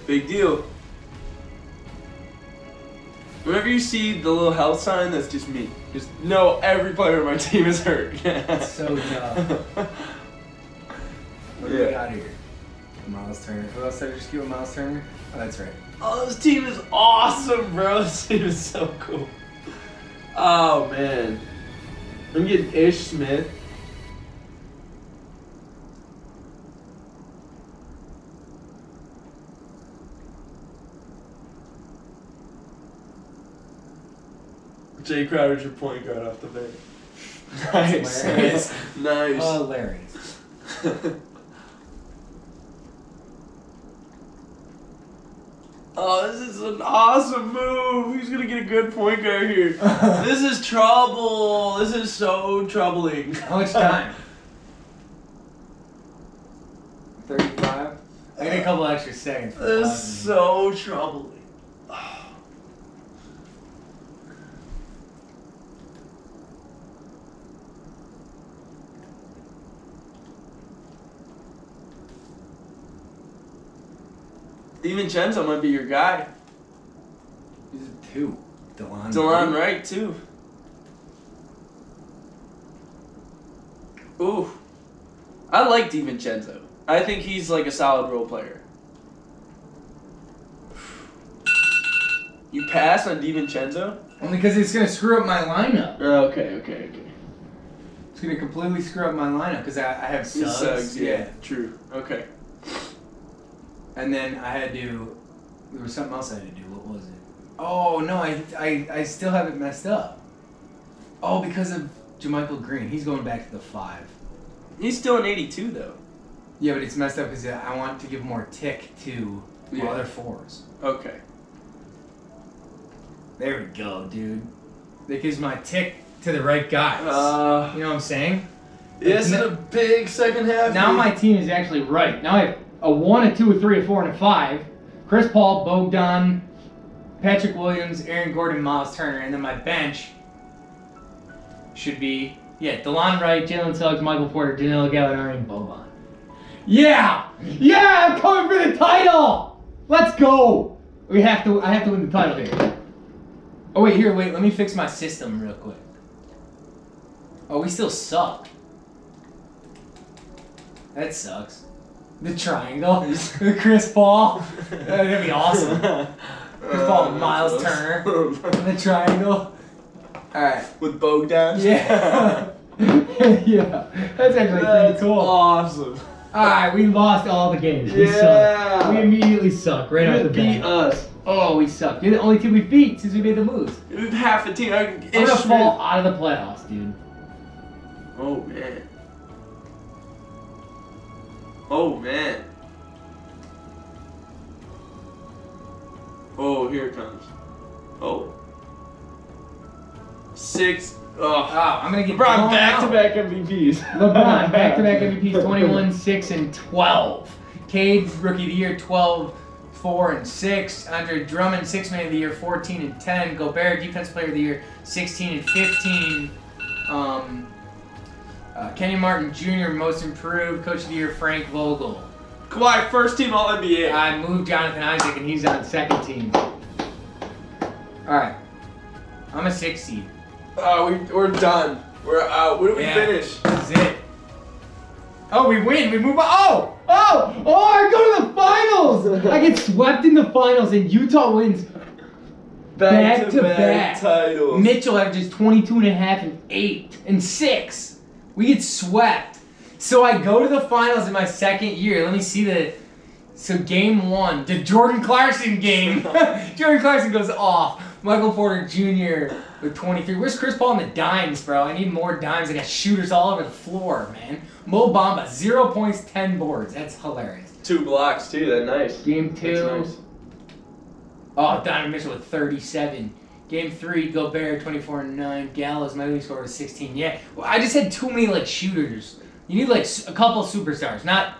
Big deal. Whenever you see the little health sign, that's just me. Just know every player on my team is hurt.
That's so dumb. What do we
Yeah.
got here? Miles Turner. Who else did I just give him Miles Turner? Oh, that's right.
oh, this team is awesome, bro. This team is so cool. Oh man, I'm getting Ish Smith. Jay Crowder's your point guard off the bench. Nice,
hilarious.
nice, nice.
Uh, Hilarious.
oh, this is an awesome move. He's gonna get a good point guard here. this is trouble. This is so troubling.
How much time? 35? I got a couple extra seconds. For
This is
pausing.
so troubling. DiVincenzo might be your guy.
This is two. Delon.
Delon Wright too. Ooh, I like DiVincenzo. I think he's like a solid role player. You pass on DiVincenzo?
Only because it's going to screw up my lineup.
Okay, okay, okay.
It's going to completely screw up my lineup because I, I have
He
subs.
sucks. yeah. true. Okay.
And then I had to. There was something else I had to do. What was it? Oh no, I I, I still have it messed up. Oh, because of Jermichael Green, he's going back to the five.
He's still an 82 though.
Yeah, but it's messed up because I want to give more tick to my
Yeah.
other fours.
Okay.
There we go, dude. That gives my tick to the right guys.
Uh,
you know what I'm saying?
this is a big second half.
Now
dude.
my team is actually right. Now I have a one, a two, a three, a four, and a five. Chris Paul, Bogdan, Patrick Williams, Aaron Gordon, Miles Turner, and then my bench should be yeah, Delon Wright, Jalen Suggs, Michael Porter, Danilo Gallinari, and Boban. Yeah, yeah, I'm coming for the title. Let's go. We have to. I have to win the title here. Oh wait, here, wait. Let me fix my system real quick. Oh, we still suck. That sucks. The triangle, Chris Paul. That'd be awesome. Chris Paul,
Oh,
and Miles Turner, the triangle. All right.
With Bogdan?
Yeah. yeah, that's actually pretty
That's
cool. All
awesome.
right, we lost all the games. We
Yeah.
suck. We immediately suck right off
You
the
beat
bat.
us.
Oh, we suck. You're the only team we beat since we made the moves.
We've half a team. I'm
I'm gonna fall out of the playoffs, dude.
Oh man. Oh man. Oh, here it comes. Oh. Six. Oh.
Wow, I'm gonna get
LeBron
blown
back to
Ah. out.
back MVPs.
LeBron back to back MVPs 21, 6, and 12. Cade, rookie of the year, 12, 4, and 6. Andre Drummond, 6 man of the year, 14 and 10. Gobert, defense player of the year, 16 and 15. Um, uh, Kenny Martin Jr., most improved. Coach of the year, Frank Vogel.
Kawhi, first team All NBA.
I moved Jonathan Isaac, and he's on second team. All right. I'm a six seed.
Oh, we, we're done. We're out. What did we
Yeah.
finish?
This is it. Oh, we win. We move on. Oh, oh, oh! I go to the finals. I get swept in the finals, and Utah wins. Back to back.
titles.
Mitchell averages 22 and a half and eight and six. We get swept. So I go to the finals in my second year. Let me see the. So game one, the Jordan Clarkson game. Jordan Clarkson goes off. Michael Porter Jr. with 23. Where's Chris Paul in the dimes, bro? I need more dimes. I got shooters all over the floor, man. Mo Bamba, zero points, ten boards. That's hilarious.
Two blocks too. That nice.
Game
That's
two.
nice.
Oh, Donovan Mitchell with 37. Game three, Gobert 24 and 9. Gallows, my leading scorer was 16. Yeah, well, I just had too many like shooters. You need like s- a couple superstars, not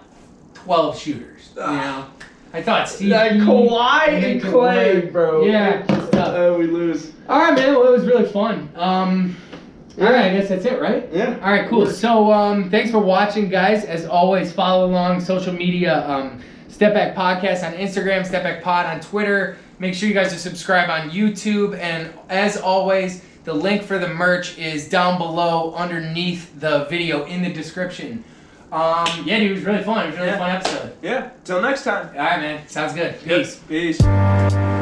12 shooters. You know, I thought Steve.
Like
Nash,
Kawhi and
Nick
Clay,
Kawhi.
bro.
Yeah. good stuff.
Uh, we lose.
All right, man. Well, it was really fun. Um, all right, I guess that's it, right?
Yeah.
All right, cool. So um, thanks for watching, guys. As always, follow along social media. Um, Step Back Podcast on Instagram, Step Back Pod on Twitter. Make sure you guys are subscribed on YouTube. And as always, the link for the merch is down below underneath the video in the description. Um, yeah, dude, it was really fun. It was a really
Yeah.
fun episode.
Yeah. Till next time.
All right, man. Sounds good. Peace.
Peace.